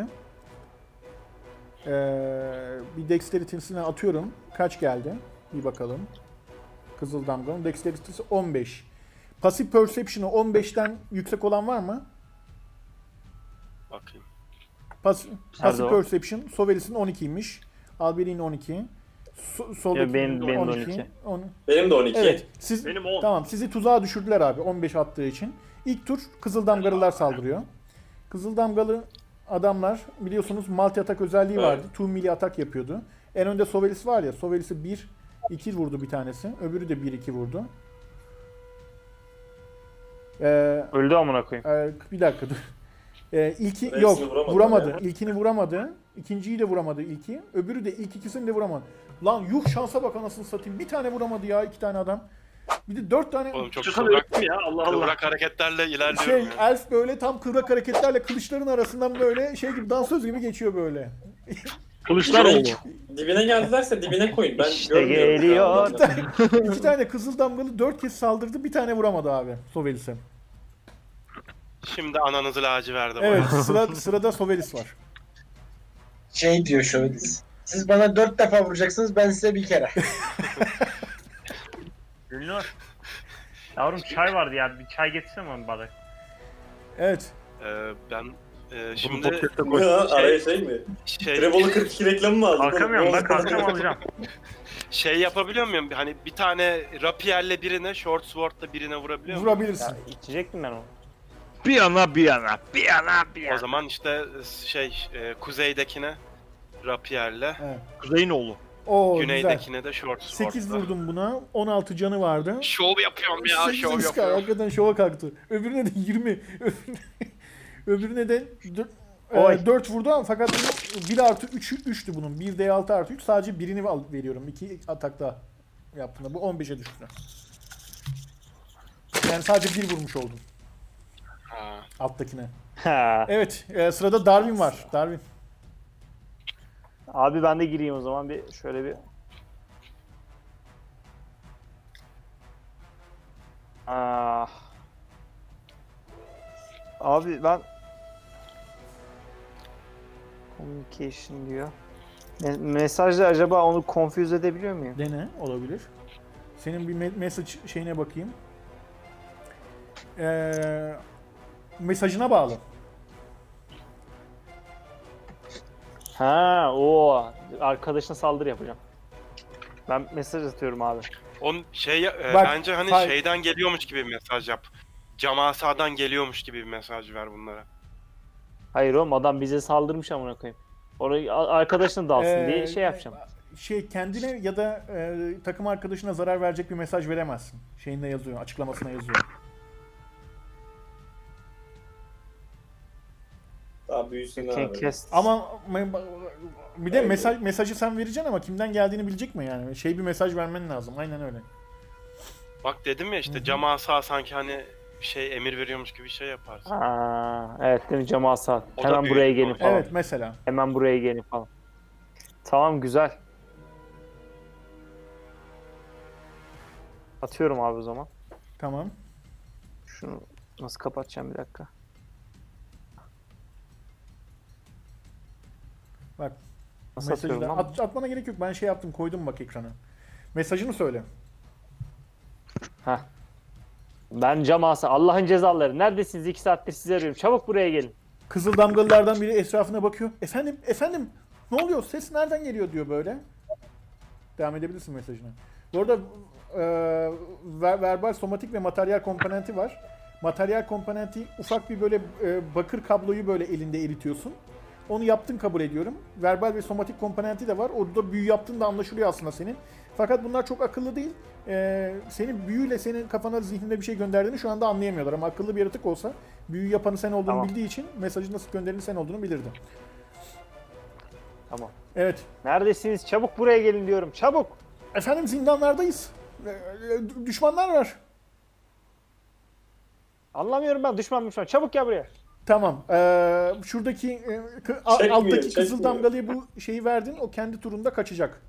B: Ee, bir dexterity'sine atıyorum. Kaç geldi? Bir bakalım. Kızıl damganın dexterity'si 15. Pasif perception'ı 15'ten yüksek olan var mı?
F: Bakayım.
B: Pas,
D: Nerede
B: passive
D: o?
B: perception. Sovelis'in 12'ymiş. Alberi'nin 12. So- soldaki
D: benim- benim de 12.
B: 10.
A: Benim de 12.
B: Evet. Siz,
C: Benim 10.
B: Tamam sizi tuzağa düşürdüler abi 15 attığı için. İlk tur Kızıldamgalılar saldırıyor. Kızıldamgalı adamlar biliyorsunuz multi atak özelliği
A: Evet.
B: vardı. Two melee atak yapıyordu. En önde Sovelis var ya Sovelis'i 1 2 vurdu bir tanesi. Öbürü de 1 2 vurdu. Ee,
D: Öldü amına koyayım.
B: e, bir dakika dur. Ee, ilki
A: Hepsini
B: yok
A: vuramadı.
B: vuramadı. İlkini vuramadı. İkinciyi de vuramadı ilki. Öbürü de ilk ikisini de vuramadı. Lan yuh şansa bak anasını satayım. Bir tane vuramadı ya iki tane adam. Bir de dört tane
F: Oğlum çok
C: Çıkan
F: kıvrak,
C: öldü mü ya Allah Allah.
F: kıvrak hareketlerle
B: şey
F: ilerliyorum ya.
B: elf böyle tam kıvrak hareketlerle kılıçların arasından böyle şey gibi dansöz gibi geçiyor böyle.
C: Kılıçlar oldu.
A: Dibine geldilerse dibine koyun. Ben
D: İşte
A: görmüyorum.
D: geliyor.
B: Bir tane, iki tane kızıl damgalı dört kez saldırdı bir tane vuramadı abi Sovelis'e.
F: Şimdi ananızı laciverdim.
B: Evet sıra, sırada Sovelis var.
E: Şey diyor şöyle. Siz bana dört defa vuracaksınız ben size bir kere.
D: Gülnur. Yavrum çay vardı ya. Bir çay getirsene bana bir bardak.
B: Evet.
F: Ee, ben e,
C: Şimdi
F: şimdi
A: Ya, araya şey mi?
F: şey,
A: Trebolu 42 reklamı mı aldın?
D: Kalkamıyorum
A: Oğlum,
D: bak kalkacağım alacağım.
F: şey yapabiliyor muyum? Hani bir tane rapierle birine, short sword'la birine vurabiliyor muyum?
B: Vurabilirsin.
D: Ya, içecektim ben onu.
C: bir yana bir yana bir yana bir
F: O
C: yana.
F: zaman işte e, şey e, kuzeydekine rapierle,
B: Evet.
C: Kuzeyin oğlu.
B: Oo güzel.
F: güneydekine de short sword'la.
B: 8 vurdum buna. 16 canı vardı.
F: Şov yapıyorum ya,
B: Sekiz
F: şov
B: Oscar
F: yapıyorum.
B: hakikaten şova kalktı. Öbürüne de 20. Öbürüne, öbürüne de
D: Oy.
B: 4 vurdu ama fakat 1 artı 3, 3'tü bunun. 1 D6 artı 3 sadece birini al- veriyorum. 2 atakta yaptığında. Bu 15'e düştü. Yani sadece 1 vurmuş oldum
F: Ha.
B: alttakine.
D: Ha.
B: Evet e, sırada Darwin var. Darwin.
D: Abi ben de gireyim o zaman bir şöyle bir. Ah. Abi ben communication diyor. Me- mesajla acaba onu confuse edebiliyor muyum?
B: Dene olabilir. Senin bir me- mesaj şeyine bakayım. Ee, mesajına bağlı.
D: Ha, o arkadaşına saldırı yapacağım. Ben mesaj atıyorum abi.
F: On şey e,
B: Bak,
F: bence hani
B: hayır.
F: şeyden geliyormuş gibi bir mesaj yap. Camasadan geliyormuş gibi bir mesaj ver bunlara.
D: Hayır oğlum adam bize saldırmış amına koyayım. Orayı a- arkadaşına dalsın
B: Ee,
D: diye şey yapacağım.
B: Şey kendine ya da e, takım arkadaşına zarar verecek bir mesaj veremezsin. Şeyinde yazıyor, açıklamasına yazıyor.
A: Daha büyüsün
D: Can
A: abi.
D: cast.
B: Ama me- bir de
A: Aynen.
B: mesaj mesajı sen vereceksin ama kimden geldiğini bilecek mi yani? Şey bir mesaj vermen lazım. Aynen öyle.
F: Bak dedim ya
B: Hı
F: işte
B: hı.
F: camasa sanki hani şey emir veriyormuş gibi şey yaparsın.
D: Aa, evet değil mi Cemal Saat?
F: O da
D: Hemen
F: büyük
D: buraya
F: bir
D: gelin
F: oyun.
D: falan.
B: Evet mesela.
D: Hemen buraya gelin falan. Tamam güzel. Atıyorum abi o zaman.
B: Tamam.
D: Şunu nasıl kapatacağım bir dakika.
B: Bak.
D: Nasıl
B: Mesajı da
D: atıyorum lan?
B: at- atmana gerek yok. Ben şey yaptım, koydum bak ekrana. Mesajını söyle.
D: Ben Cemal Saat. Allah'ın cezaları. Neredesiniz? İki saattir sizi arıyorum. Çabuk buraya gelin.
B: Kızıl damgalılardan biri etrafına bakıyor. Efendim, efendim ne oluyor? Ses nereden geliyor diyor böyle. Devam edebilirsin mesajına. Bu arada e, ver- verbal, somatik ve materyal komponenti var. Materyal komponenti ufak bir böyle e, bakır kabloyu böyle elinde eritiyorsun. Onu yaptın kabul ediyorum. Verbal ve somatik komponenti de var. Orada büyü yaptığın da anlaşılıyor aslında senin. Fakat bunlar çok akıllı değil. E, senin büyüyle senin kafana zihninde bir şey gönderdiğini şu anda anlayamıyorlar. Ama akıllı bir yaratık olsa büyü yapanı sen olduğunu
D: Tamam.
B: bildiği için mesajı nasıl gönderildiğini sen olduğunu bilirdi.
D: Tamam.
B: Evet.
D: Neredesiniz? Çabuk buraya gelin diyorum. Çabuk.
B: Efendim zindanlardayız. E, e, Düşmanlar var.
D: Anlamıyorum ben. Düşman düşman. Çabuk gel buraya.
B: Tamam. Ee, şuradaki e, kı- a-
A: Çekmiyor,
B: alttaki
A: çekmiyor.
B: kızıl damgalıya bu şeyi verdin. O kendi turunda kaçacak.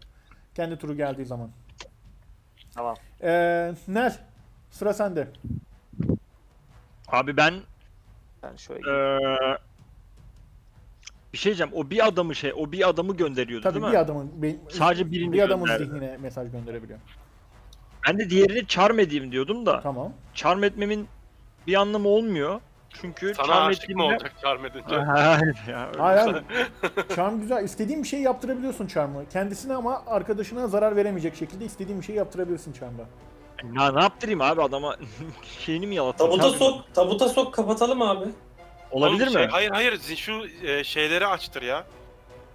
B: Kendi turu geldiği zaman.
D: Tamam.
B: Ee, Nel, sıra sende.
C: Abi ben
D: Ben şöyle
C: eee, bir şey diyeceğim. O bir adamı şey, o bir adamı gönderiyordu
B: Tabii
C: değil
B: bir
C: mi?
B: adamın be-
C: Sadece birini
B: bir adamın
C: gönderdi.
B: zihnine mesaj gönderebiliyor.
C: Ben de diğerini charm edeyim diyordum da.
B: Tamam.
C: Charm etmemin bir anlamı olmuyor. Çünkü
F: Sana
C: charm
F: aşık mı
C: ettiğinde-
F: olacak Charmedince?
C: Hayır ya. öyle
B: Hayır
C: bir
B: abi. Charm güzel. İstediğin bir şey yaptırabiliyorsun Charm'ı. Kendisine ama arkadaşına zarar veremeyecek şekilde istediğin bir şey yaptırabilirsin Charm'a.
C: şey- Ya ne yaptırayım abi adama şeyini mi yalatayım?
A: Tabuta
C: Abi,
A: sok, tabuta sok kapatalım abi.
C: Olabilir mi?
F: Oğlum şey- hayır hayır zin- şu e, şeyleri açtır ya.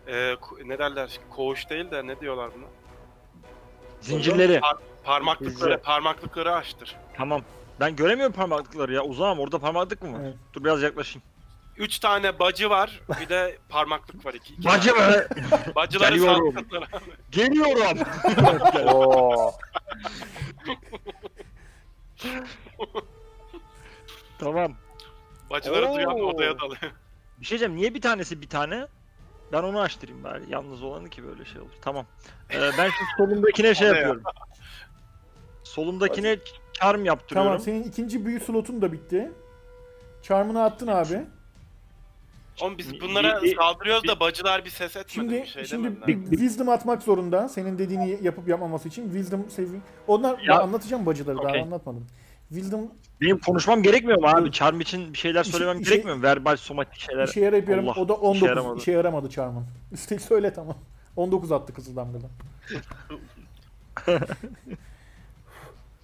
F: E, ku- ne derler? Koğuş değil de ne diyorlar buna?
C: Zincirleri.
F: Par- parmaklıkları, parmaklıkları açtır.
C: Tamam. Ben göremiyorum parmaklıkları ya. Uzağım orada parmaklık mı var?
B: Evet.
C: Dur biraz yaklaşayım.
F: Üç tane bacı var, bir de parmaklık var iki. iki
C: Bacı mı?
F: tane. Bacıları
C: Geliyorum.
F: saldıkları.
C: Geliyorum.
D: Oo.
C: tamam.
F: Bacıları
C: Oo.
F: duyan odaya dalıyor.
C: Bir şey diyeceğim. Niye bir tanesi bir tane? Ben onu açtırayım bari. Yalnız olanı ki böyle şey olur. Tamam. Ee, ben şimdi solumdakine şey
F: Oraya.
C: yapıyorum. Solumdakine charm yaptırıyorum.
B: Tamam senin ikinci büyü slotun da bitti. Charm'ını attın abi.
F: Oğlum biz
C: Bir-
F: bunlara
C: bir-
F: saldırıyoruz da bacılar bir ses etmedi,
B: Şimdi
F: bir şey
B: şimdi
F: demediler.
B: bir wisdom atmak zorunda. Senin dediğini yapıp yapmaması için wisdom saving. Onlar
C: Ya-
B: ben anlatacağım bacıları daha
C: Okey.
B: anlatmadım. Wisdom
C: Benim konuşmam gerekmiyor mu abi? Charm için bir şeyler
B: İşe-
C: söylemem
B: işe-
C: gerekmiyor mu? Verbal, somatik şeyler.
B: işe yarayıp yaram-
C: Allah,
B: o da
C: işe
B: 19 işe yaramadı,
C: yaramadı.
B: Charm'ın. Üstelik söyle tamam. 19 attı kızıl damgadan.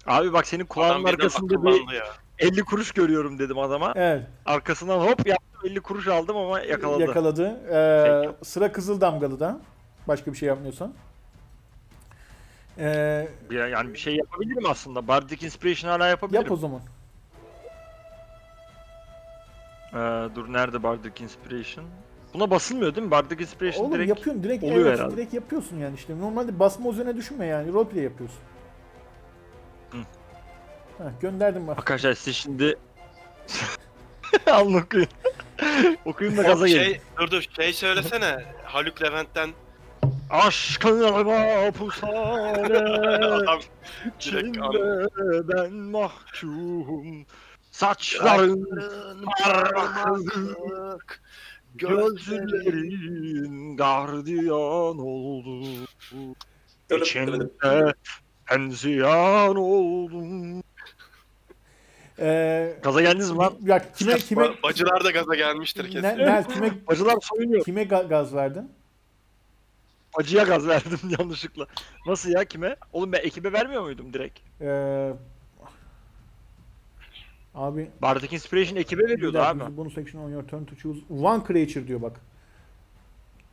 C: Abi bak senin kulağının
F: Adam birden
C: arkasında bir
F: akıllandı ya.
C: 50 kuruş görüyorum dedim adama.
B: Evet.
C: Arkasından hop yaptım 50 kuruş aldım ama yakaladı. Şey
B: Yakaladı. Ee,
C: Peki.
B: sıra kızıl damgalı da. Başka bir şey yapmıyorsan. Ee,
C: Ya- yani bir şey yapabilirim aslında. Bardic Inspiration hala yapabilirim.
B: yap o zaman.
C: Ee, dur nerede Bardic Inspiration? Buna basılmıyor değil mi? Bardic Inspiration
B: Oğlum
C: direkt
B: yapıyorsun direkt
C: oluyor
B: evet,
C: herhalde.
B: direkt yapıyorsun yani işte. Normalde basma üzerine düşünme yani. Roleplay yapıyorsun.
C: Hı.
B: Heh, gönderdim bak.
C: Arkadaşlar siz şimdi alın okuyun. okuyun da gaza
F: Oğlum
C: gelin.
F: şey, dur dur şey söylesene Haluk Levent'ten
C: Aşkına pusanet
F: adam direkt an-
C: içinde ben mahkum. Saçların parmaklık, gözlerin gardiyan oldu. İçinde ben ziyan oldum.
B: Ee,
C: Gaza geldiniz mi lan?
B: ya kime kime
F: Ba- Bacılar da gaza gelmiştir kesin.
B: Nel, Nel, kime
C: Bacılar soyunuyor.
B: kime ga- gaz verdin?
C: Acıya gaz verdim yanlışlıkla. Nasıl ya kime? Oğlum ben ekibe vermiyor muydum direkt?
B: Ee, abi
C: Bardic Inspiration ekibe veriyordu
B: Bir
C: abi.
B: dakika, Bonus action on your turn to choose one creature diyor bak.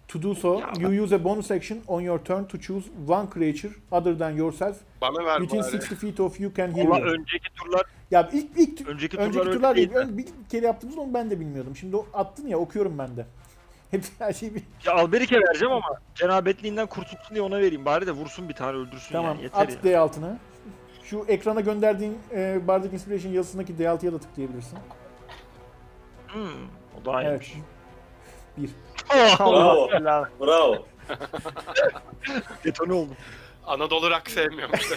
B: To do so,
C: Ya
B: you use a bonus action on your turn to choose one creature other than yourself
F: Bana ver
B: within
F: bari.
B: 60 feet of you can
C: Ama
B: heal. you.
C: önceki turlar
B: Ya ilk ilk
C: önceki,
B: önceki
C: turlar,
B: turlar
C: öyle
B: değil.
C: değil.
B: Ön, bir kere yaptığımız onu ben de bilmiyordum. Şimdi o attın ya okuyorum ben de. Hep her şeyi bir...
C: Ya Alberik'e vereceğim ama cenabetliğinden kurtulsun diye ona vereyim. Bari de vursun bir tane öldürsün
B: Tamam
C: yani yeter
B: at
C: ya.
B: D altına. Şu ekrana gönderdiğin e, Bardic Inspiration yazısındaki D6'ya da tıklayabilirsin.
C: Hmm, o daha
B: Evet.
C: iyiymiş.
B: Bir.
C: Oh,
A: Bravo,
D: Helal.
A: bravo.
C: detone oldum.
F: Anadolu rock sevmiyormuş.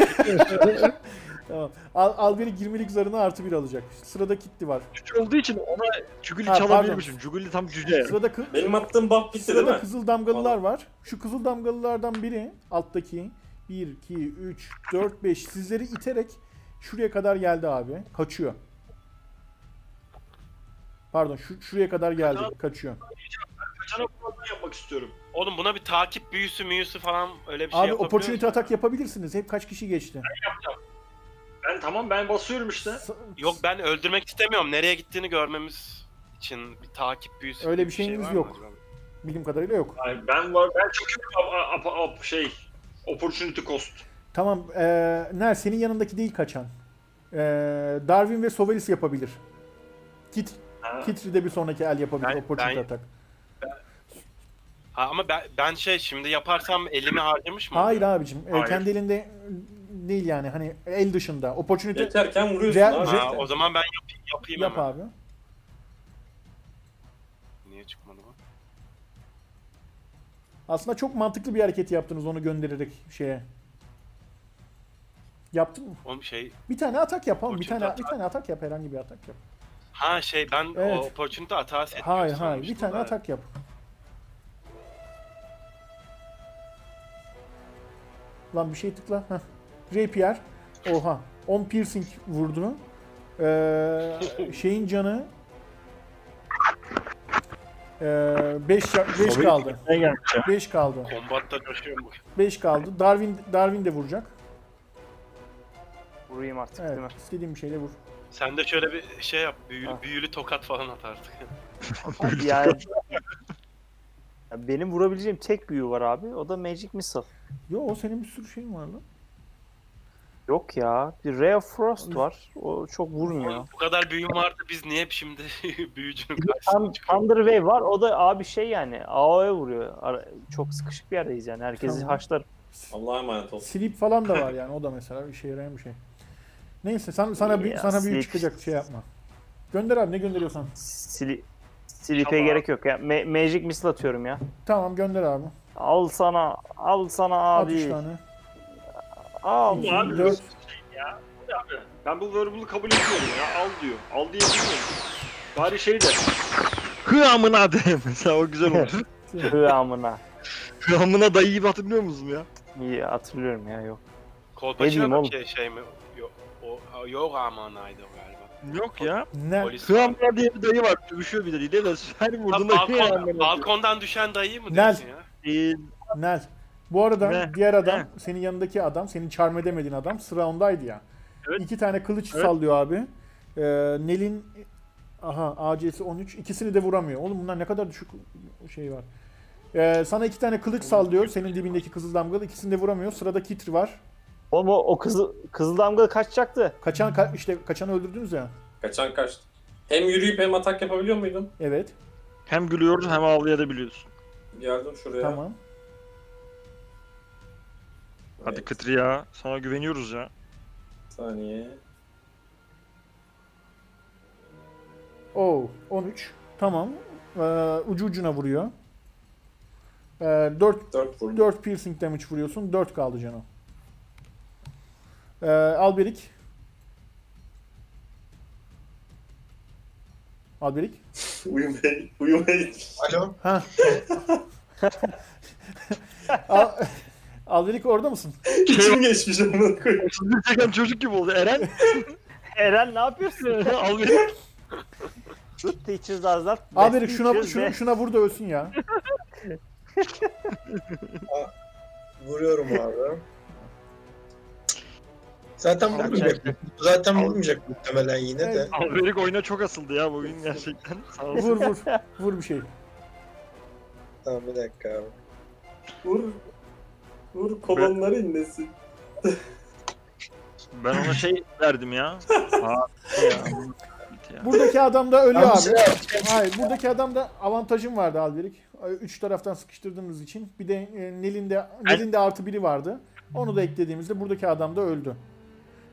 B: Tamam. Al, al biri 20'lik zarına artı bir alacak. Sırada kitti var.
C: Cüce olduğu için ona Cügül'ü
B: Ha,
C: çalabilirmişim. Cügül'ü tam cüce.
B: Sırada kı-
A: Benim attığım buff bitti değil
B: Sırada
A: mi?
B: kızıl damgalılar var. Şu kızıl damgalılardan biri alttaki 1, 2, 3, 4, 5 sizleri iterek şuraya kadar geldi abi. Kaçıyor. Pardon şu, şuraya kadar geldi. Kaçıyor.
F: şey
C: Kaçana kullanma yapmak istiyorum.
F: Oğlum buna bir takip büyüsü müyüsü falan öyle bir şey
B: abi
F: yapabiliyor
B: opportunity
F: musun?
B: atak yapabilirsiniz. Hep kaç kişi geçti?
C: Ben tamam ben basıyorum işte.
B: S-
F: Yok ben öldürmek istemiyorum. Nereye gittiğini görmemiz için bir takip büyüsü.
B: Öyle
F: gibi şey
B: bir şeyimiz
F: var mı
B: yok.
F: acaba?
B: Bildiğim kadarıyla yok.
C: Yani ben var ben çünkü ap, şey opportunity cost.
B: Tamam. Eee Ner senin yanındaki değil kaçan. Eee, Darwin ve Sovelis yapabilir. Kit, Kitri de bir sonraki el yapabilir.
F: Ben-
B: opportunity
F: ben-
B: atak.
F: Ha, ama ben, ben şey şimdi yaparsam elimi harcamış mı?
B: Hayır abicim. e,
C: Hayır.
B: Kendi elinde değil yani. Hani el dışında. Opportunity
A: Geçerken vuruyorsun
B: Real-
A: abi.
F: Ha, o zaman ben yap- yapayım
B: yap
F: hemen.
B: abi.
F: Niye çıkmadı bu?
B: Aslında çok mantıklı bir hareket yaptınız onu göndererek şeye. Yaptın mı?
F: Oğlum şey...
B: Bir tane atak yap oğlum. Bir
F: Opportunity
B: tane,
F: atak.
B: bir tane atak yap. Herhangi bir atak yap.
F: Ha şey ben
B: Evet.
F: o opportunity atağı set
B: Hayır
F: yapıyorum
B: hayır. Bir
F: sanmıştım
B: tane
F: da.
B: atak yap. Lan bir şey tıkla. Heh. Rapier. Oha. 10 piercing vurdu. Ee, şeyin canı 5 5
C: Tabii.
B: kaldı.
C: Ne gelmiş ya?
B: 5 kaldı.
F: Kombatta coşuyorum bugün.
B: 5 kaldı. Darwin Darwin de vuracak.
D: Vurayım artık
B: Evet.
D: değil mi?
B: istediğin bir şeyle vur.
F: Sen de şöyle bir şey yap. Büyülü,
D: Ha.
F: büyülü tokat falan at artık.
D: Abi yani... Ya benim vurabileceğim tek büyü var abi. O da Magic Missile.
B: Yo o senin bir sürü şeyin var lan.
D: Yok ya. Bir Ray of Frost var. O çok vurmuyor.
F: Oğlum, Bu kadar büyüm vardı biz niye şimdi büyücünün karşısına
D: Thun-
F: çıkıyoruz?
D: Thunder Wave var. O da abi şey yani. AOE vuruyor. Ara- çok sıkışık bir yerdeyiz yani. Herkesi
B: Tamam.
D: haşlar.
A: Allah'a emanet olsun.
B: Sleep falan da var yani o da mesela işe yarayan bir şey. Neyse sen, sana bir,
D: Ya,
B: sana büyük
D: sleep.
B: çıkacak şey yapma. Gönder abi ne gönderiyorsan.
D: Sili Silipe
F: Tamam.
D: gerek yok ya. Ma- Magic Missile atıyorum ya.
B: Tamam gönder abi.
D: Al sana. Al sana
B: At üç
D: abi.
B: tane.
D: Al.
B: İki,
H: abi.
B: dört.
H: Ben bu verbul'u kabul etmiyorum ya. Al diyor. Al diye bilmiyorum. Bari şey de.
C: Hı amına de mesela o güzel olur.
D: Hı amına.
C: Hı amına dayı gibi hatırlıyor musun ya?
D: İyi hatırlıyorum ya yok.
F: Kolpaçino
D: diyeyim
F: da
D: oğlum?
F: şey, şey mi? Yok, o, ha, yok amanaydı o galiba.
C: Yok ya.
B: Ne?
F: Polis.
C: Hı amına diye bir dayı var. Dövüşüyor bir de değil de her
F: Ha,
C: vurduğunda hı amına
F: balkon,
C: diyor.
F: balkondan düşen dayı mı
B: Nel.
F: diyorsun ya?
C: Değil.
B: Nel. Bu arada
C: Ne?
B: diğer adam, senin yanındaki adam, senin charm edemediğin adam sıra ondaydı ya.
C: Evet.
B: İki tane kılıç
C: Evet.
B: sallıyor abi. Ee, Nel'in aha AC'si 13. İkisini de vuramıyor. Oğlum bunlar ne kadar düşük şey var. Ee, sana iki tane kılıç sallıyor. Senin dibindeki kızıl damgalı. İkisini de vuramıyor. Sırada Kitr var.
D: Oğlum o, o kızıl, kızıl damga kaçacaktı.
B: Kaçan ka- işte kaçanı öldürdünüz ya.
A: Kaçan kaçtı. Hem yürüyüp hem atak yapabiliyor muydun?
B: Evet.
C: Hem gülüyoruz hem ağlayabiliyorsun.
A: Geldim şuraya.
B: Tamam.
C: Hadi Kıtır ya. Sana güveniyoruz ya.
A: Bir saniye.
B: Oo 13. Oh, Tamam. Ee, ucu ucuna vuruyor. Ee, 4
A: 4 vurdum.
B: 4 piercing damage vuruyorsun. 4 kaldı canım. Ee, Alberik. Alberik.
A: Uyumaya, uyumaya
E: Alo.
B: Ha. Al- Alberik orada mısın?
A: içim geçmiş amına koyayım.
C: Sizin çeken çocuk gibi oldu. Eren
D: Eren ne yapıyorsun?
C: al beni.
D: Teachers are that best
B: Alberik şuna,
D: teachers
B: şuna,
D: be.
B: şuna vur da ölsün ya.
E: Vuruyorum abi. Zaten vurmayacak. Zaten vurmayacak muhtemelen yine de.
C: Alberik oyuna çok asıldı ya bugün gerçekten. Sağ olsun.
B: Vur vur. Vur bir şey.
E: Tamam bir dakika abi.
A: Vur. Vur kolonları inlesin.
C: Ben ona şey verdim ya. Aa, ya. Git ya.
B: Buradaki adam da ölüyor
E: Abi
B: abi.
E: şey yap.
B: Hayır buradaki adam da avantajım vardı Alberik. Üç taraftan sıkıştırdığımız için. Bir de e, Nil'in de, Nil'in de artı biri vardı. Onu da eklediğimizde buradaki adam da öldü.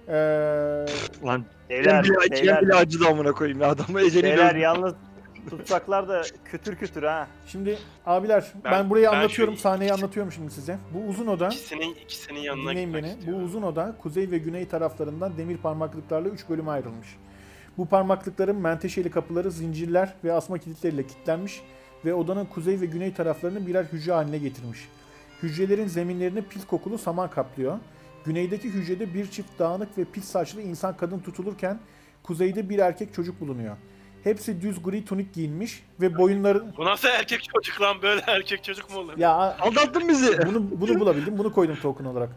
B: Ee,
C: Lan
D: Beyler,
C: ben bile, acı- ben bile
D: beyler,
C: acıdı amına koyayım ya. Adamı eceliyle
D: beyler
C: öldürdüm.
D: yalnız tutsaklar da kütür kütür ha.
B: şimdi abiler ben,
F: Ben-
B: burayı
F: ben
B: anlatıyorum.
F: şu-
B: Sahneyi anlatıyorum şimdi size. Bu uzun oda.
F: İkisinin, ikisinin yanına
B: Dinleyin
F: gitmek
B: beni. Bu
F: istiyorum.
B: uzun oda kuzey ve güney taraflarından demir parmaklıklarla 3 bölüme ayrılmış. Bu parmaklıkların menteşeli kapıları zincirler ve asma kilitleriyle kilitlenmiş ve odanın kuzey ve güney taraflarını birer hücre haline getirmiş. Hücrelerin zeminlerini pil kokulu saman kaplıyor. Güneydeki hücrede bir çift dağınık ve pis saçlı insan kadın tutulurken kuzeyde bir erkek çocuk bulunuyor. Hepsi düz gri tunik giyinmiş ve boyunları...
F: Bu nasıl erkek çocuk lan? Böyle erkek çocuk mu olur?
B: Ya
C: Aldattın bizi.
B: bunu, bunu bulabildim. Bunu koydum token olarak.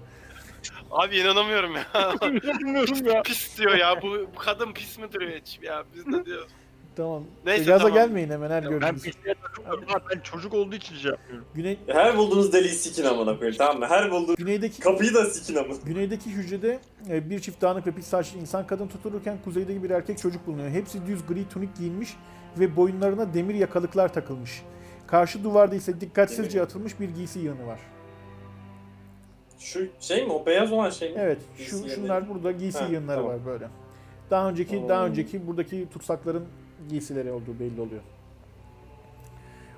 F: Abi inanamıyorum ya.
C: Bilmiyorum ya.
F: pis diyor ya. Bu, bu kadın pis mi duruyor hiç? Ya biz de diyor.
B: Tamam.
F: Neyse,
B: Gaza
F: tamam.
B: gelmeyin hemen her
C: Ben
B: gördüğünüz.
C: pisliğe takılmıyorum. lan. Ben çocuk olduğu için şey yapıyorum.
B: Güney,
A: Her bulduğunuz deliği sikin amına koyayım tamam mı? Her bulduğunuz
B: güneydeki
A: kapıyı da sikin amına.
B: Güneydeki hücrede e, bir çift dağınık ve pis saçlı insan kadın tutulurken kuzeydeki bir erkek çocuk bulunuyor. Hepsi düz gri tunik giyinmiş ve boyunlarına demir yakalıklar takılmış. Karşı duvarda ise dikkatsizce
A: Demir.
B: atılmış bir giysi yığını var.
A: Şu şey mi o beyaz olan şey mi?
B: Evet,
A: Giysi
B: şu
A: yığını.
B: şunlar burada giysi
A: Ha,
B: yığınları
A: tamam.
B: var böyle. Daha önceki daha
A: Oo.
B: önceki buradaki tutsakların giysileri olduğu belli oluyor.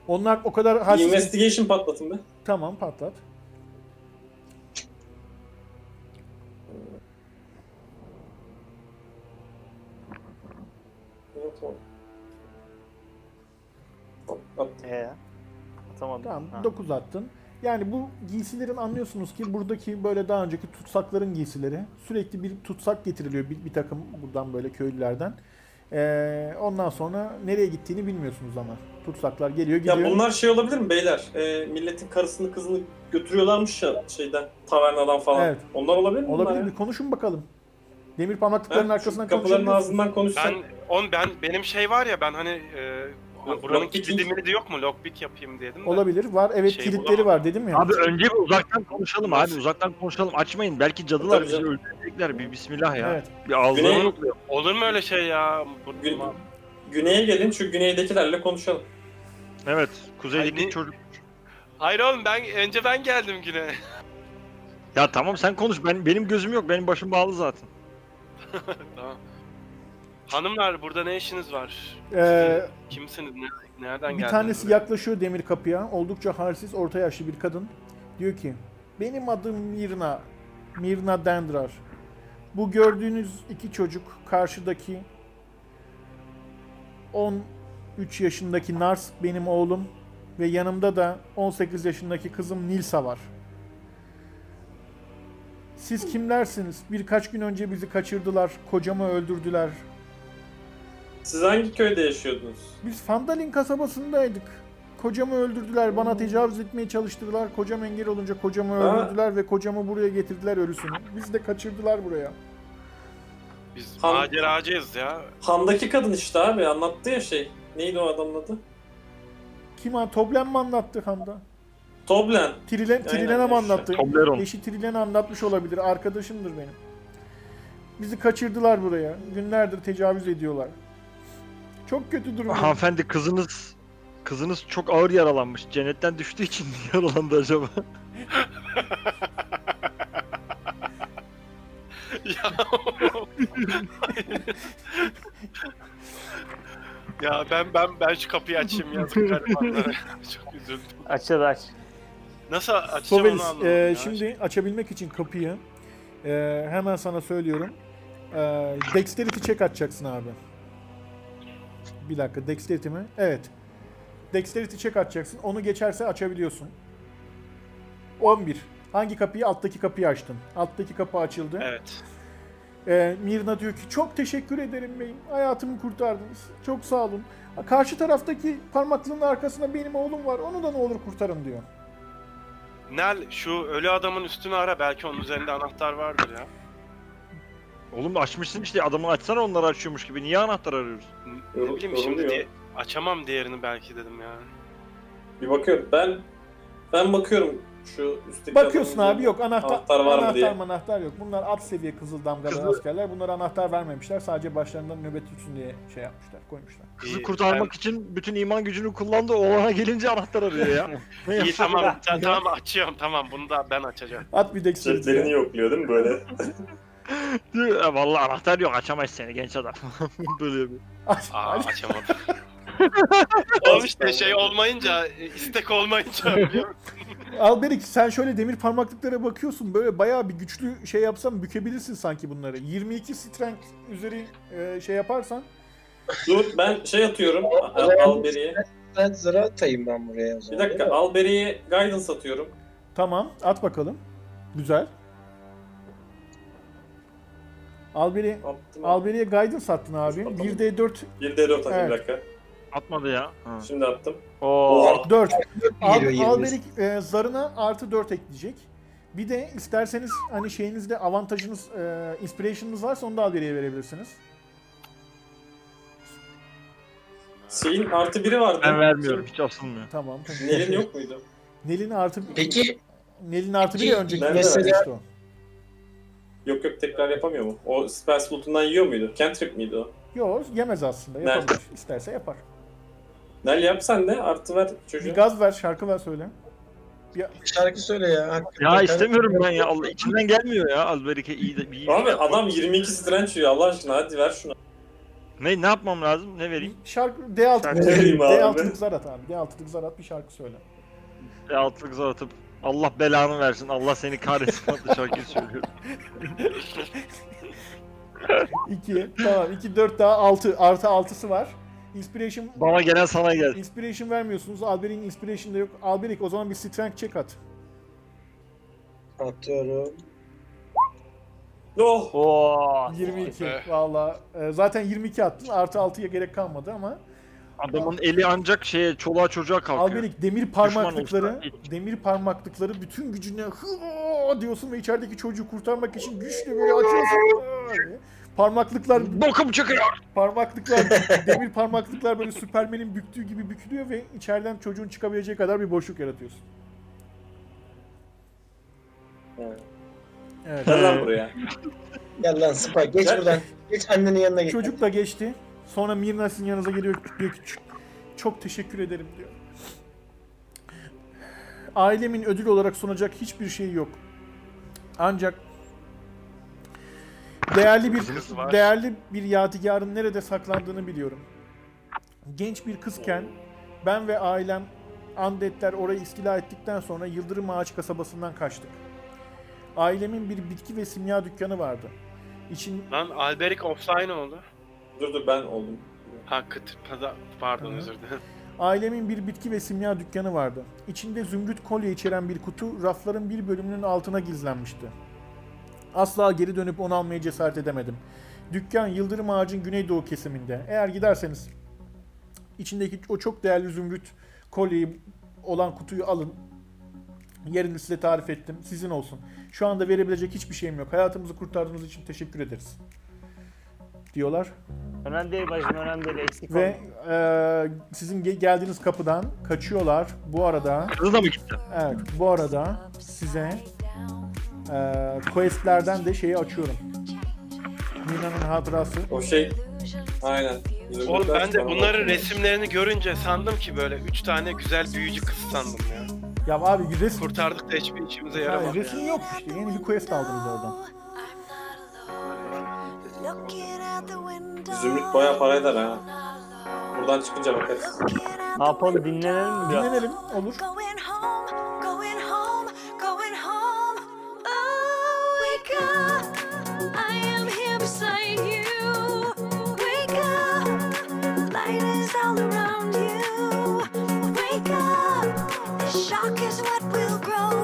B: Onlar o kadar
A: Bir
B: halsiz
A: investigation patlatın be.
B: Tamam patlat.
A: Evet, tamam. Patlat.
D: He. Ee, Atamadım.
B: Tamam
D: Ha.
B: 9 attın. Yani bu giysilerin anlıyorsunuz ki buradaki böyle daha önceki tutsakların giysileri sürekli bir tutsak getiriliyor bir, bir takım buradan böyle köylülerden. Ee, ondan sonra nereye gittiğini bilmiyorsunuz ama. Tutsaklar geliyor gidiyor.
A: Ya bunlar şey olabilir mi beyler? Ee, milletin karısını kızını götürüyorlarmış ya şeyden tavernadan falan.
B: Evet.
A: Onlar olabilir mi? bunlar
B: Olabilir
A: ya?
B: bir konuşun bakalım. Demir parmaklıkların
A: Ha, şu
B: arkasından
A: Kapıların
B: konuşabilirsiniz.
A: ağzından konuşsan.
F: Ben on ben benim şey var ya ben hani e,
A: Yok,
F: buranın
A: lockpicking-
F: kilidi milidi yok mu? Lockpick yapayım dedim de.
B: Olabilir. Var evet
F: Şey
B: kilitleri var dedim ya.
C: Abi önce bir uzaktan konuşalım abi uzaktan konuşalım açmayın belki cadılar
A: Tabii
C: bizi
A: canım.
C: öldürecekler bir bismillah ya.
B: Evet.
C: Bir ağzını
A: Güney-
C: yokluyor.
F: Olur mu öyle şey ya? Bu-
A: Gün- güneye gelin şu güneydekilerle konuşalım.
C: Evet kuzeydeki
F: Hani-
C: çocuk.
F: Hayır oğlum ben önce ben geldim güne.
C: Ya tamam sen konuş ben benim gözüm yok benim başım bağlı zaten.
F: tamam. Hanımlar burada ne işiniz var?
B: Ee,
F: Kimsiniz? Ne- Nereden
B: bir
F: geldiniz?
B: tanesi
F: buraya?
B: yaklaşıyor demir kapıya. Oldukça halsiz, orta yaşlı bir kadın. Diyor ki, benim adım Mirna. Mirna Dendrar. Bu gördüğünüz iki çocuk karşıdaki 13 yaşındaki Nars benim oğlum ve yanımda da 18 yaşındaki kızım Nilsa var. Siz kimlersiniz? Birkaç gün önce bizi kaçırdılar, kocamı öldürdüler.
A: Siz hangi köyde yaşıyordunuz?
B: Biz Fandalin kasabasındaydık. Kocamı öldürdüler, bana tecavüz etmeye çalıştırdılar. Kocam engel olunca kocamı
A: Ha.
B: öldürdüler ve kocamı buraya getirdiler ölüsünü. Biz de kaçırdılar buraya.
F: Biz
A: Han-
F: maceracıyız ya.
A: Handaki kadın işte abi anlattı ya şey. Neydi o adamın adı?
B: Kim ha? Toblen mi anlattı Handa?
A: Toblen.
B: Trilen, Trilen'e mi
A: işte.
B: anlattı?
C: Toblerone.
B: Eşi Trilen'e anlatmış olabilir. Arkadaşımdır benim. Bizi kaçırdılar buraya. Günlerdir tecavüz ediyorlar. Çok kötü durumda.
C: Hanımefendi kızınız kızınız çok ağır yaralanmış. Cennetten düştüğü için mi yaralandı acaba?
F: ya. ya ben ben ben şu kapıyı açayım yazık garibanlara. Çok üzüldüm.
D: Aç hadi aç.
F: Nasıl açacağım
B: Sobelis,
F: Şey onu anlamadım.
B: e,
F: ya.
B: şimdi açabilmek için kapıyı e, hemen sana söylüyorum. E, dexterity check atacaksın abi. Bir dakika dexterity mi? Evet. Dexterity check atacaksın. Onu geçerse açabiliyorsun. 11. Hangi kapıyı? Alttaki kapıyı açtın. Alttaki kapı açıldı.
F: Evet.
B: E, Mirna diyor ki çok teşekkür ederim beyim. Hayatımı kurtardınız. Çok sağ olun. Karşı taraftaki parmaklığın arkasında benim oğlum var. Onu da ne olur kurtarın diyor.
F: Nel şu ölü adamın üstünü ara belki onun üzerinde anahtar vardır ya.
C: Oğlum açmışsın işte adamı açsana onları açıyormuş gibi niye anahtar arıyoruz?
F: Ne
A: Yor-
F: bileyim şimdi
A: yoruluyor.
F: diye- açamam diğerini belki dedim ya.
A: Bir bakıyorum. Ben ben bakıyorum şu üstteki
B: Bakıyorsun
A: adamın-
B: abi yok anahtar
A: Anahtar var mı
B: anahtar,
A: diye.
B: manahtar yok. Bunlar alt seviye kızıl damgalı
C: Kızıl-
B: askerler. Bunlara anahtar vermemişler. Sadece başlarından nöbet tutsun diye şey yapmışlar, koymuşlar.
C: Kızı
F: İyi,
C: kurtarmak için bütün iman gücünü kullandı oğlana gelince anahtar arıyor ya. Ne
F: İyi
C: yapacak?
F: tamam ta- tamam açıyorum tamam bunu da ben açacağım.
B: At bir
A: Sırtlarını
B: dexterity.
A: yokluyor değil mi böyle?
C: Diyor, "E, Vallahi anahtar yok açamayız seni genç adam. Böyle bir.
F: Aa açamadım. Oğlum işte şey olmayınca istek olmayınca biliyor musun?
B: Alberik sen şöyle demir parmaklıklara bakıyorsun. Böyle bayağı bir güçlü şey yapsan bükebilirsin sanki bunları. 22 strength üzeri e, şey yaparsan
A: Dur ben şey atıyorum. Al- Alberi'ye.
E: Ben zara atayım ben buraya o
A: Bir
E: zaman.
A: dakika
E: değil mi?
A: Alberi'ye guidance atıyorum.
B: tamam at bakalım. Güzel. Alberi
A: Attım.
B: Alberi'ye guidance attın abi. 1d4
A: 1D4 atayım
B: Evet.
A: bir dakika.
C: Atmadı ya. Ha.
A: Şimdi attım.
D: Oo.
B: 4 Al,
E: Geliyor yerine.
B: Alberik e, zarına artı 4 ekleyecek. Bir de isterseniz hani şeyinizde avantajınız, e, inspiration'ınız varsa onu da Alberik'e verebilirsiniz.
A: Şeyin artı biri vardı.
C: Ben vermiyorum hiç asılmıyor.
B: Tamam. tamam.
A: Nelin yok muydu?
B: Nelin artı
E: Peki
B: Nelin artı bir
E: Peki,
B: önceki
A: ben
B: mesela...
E: mesela-
B: o.
A: Yok yok tekrar yapamıyor mu? O spell slotundan yiyor muydu? Cantrip miydi o?
B: Yok yemez aslında.
A: Nerede?
B: Yapabilir. İsterse yapar.
A: Nel yap sen de artı ver
B: Bir
A: çocuğa.
B: gaz ver, şarkı ver söyle.
E: şarkı söyle ya. hakikaten.
C: Ya istemiyorum ben ya. Allah içimden gelmiyor ya. Alberike iyi de iyi.
A: Abi adam 22 direnç yiyor Allah aşkına hadi ver şunu.
C: Ne ne yapmam lazım? Ne vereyim?
B: Şarkı D6'lık
A: Ne vereyim abi?
B: D6'lık zar at abi. D6'lık zar at bir şarkı söyle.
C: E, altlık zor atıp Allah belanı versin. Allah seni kahretsin adlı şarkıyı söylüyorum.
B: 2 tamam 2 4 daha 6 artı 6'sı var. Inspiration
C: Bana gelen sana gelsin.
B: Inspiration vermiyorsunuz. Alberik'in inspiration da yok. Alberik o zaman bir strength check at.
E: Atıyorum.
A: Oh!
D: Oo.
B: 22.
F: be.
B: Valla e, zaten 22 attın. Artı 6'ya gerek kalmadı ama
C: Adamın eli ancak şeye çoluğa çocuğa kalkıyor.
B: Albenik demir parmaklıkları demir parmaklıkları bütün gücünle "Hıa!" diyorsun ve içerideki çocuğu kurtarmak için güçle böyle açıyorsun. "Hıa!" diye. Parmaklıklar
C: Bokum çıkıyor.
B: parmaklıklar demir parmaklıklar böyle Süpermen'in büktüğü gibi bükülüyor ve içeriden çocuğun çıkabileceği kadar bir boşluk yaratıyorsun.
A: Evet.
B: Evet.
A: Gel lan buraya.
E: Gel lan Spike geç
A: Gel.
E: buradan. Geç annenin yanına git.
B: Çocuk da geçti. Sonra Mirna sizin yanınıza geliyor. Diyor ki, "Ç- çok teşekkür ederim diyor. Ailemin ödül olarak sunacak hiçbir şey yok. Ancak değerli bir
F: Kızınız var.
B: değerli bir yadigarın nerede saklandığını biliyorum. Genç bir kızken ben ve ailem Andetler orayı istila ettikten sonra Yıldırım Ağaç kasabasından kaçtık. Ailemin bir bitki ve simya dükkanı vardı. İçin
F: Lan Alberic offline oldu.
A: Dur dur ben oldum.
F: Ha kıtır pazar. Pardon
B: Hı.
F: özür dilerim.
B: Ailemin bir bitki ve simya dükkanı vardı. İçinde zümrüt kolye içeren bir kutu rafların bir bölümünün altına gizlenmişti. Asla geri dönüp onu almaya cesaret edemedim. Dükkan Yıldırım Ağacı'nın güneydoğu kesiminde. Eğer giderseniz içindeki o çok değerli zümrüt kolyeyi olan kutuyu alın. Yerini size tarif ettim. Sizin olsun. Şu anda verebilecek hiçbir şeyim yok. Hayatımızı kurtardığınız için teşekkür ederiz. Diyorlar.
D: Önemli değil bacım önemli değil eksik
B: Ve e, sizin ge- geldiğiniz kapıdan kaçıyorlar. Bu arada
C: Kızına mı gitti?
B: evet bu arada size e, questlerden de şeyi açıyorum. Mina'nın hatırası.
A: O şey... Aynen.
F: Oğlum ben de bunların
A: bunları
F: resimlerini görünce sandım ki böyle üç tane güzel büyücü kız sandım ya.
B: Ya abi resim,
F: Kurtardık da hiçbir işimize
B: Hayır,
F: yaramadı. ya.
B: resim yok işte. Yeni bir quest aldınız oradan.
A: Zümrüt bayağı para eder ha. Buradan çıkınca bakarız.
D: Ne yapalım dinlenelim mi biraz?
B: Dinlenelim olur.
I: Going home, going home, going home. Oh, wake up. I am here beside you. Wake up. Light is all around you. Wake up. The shock is what will grow.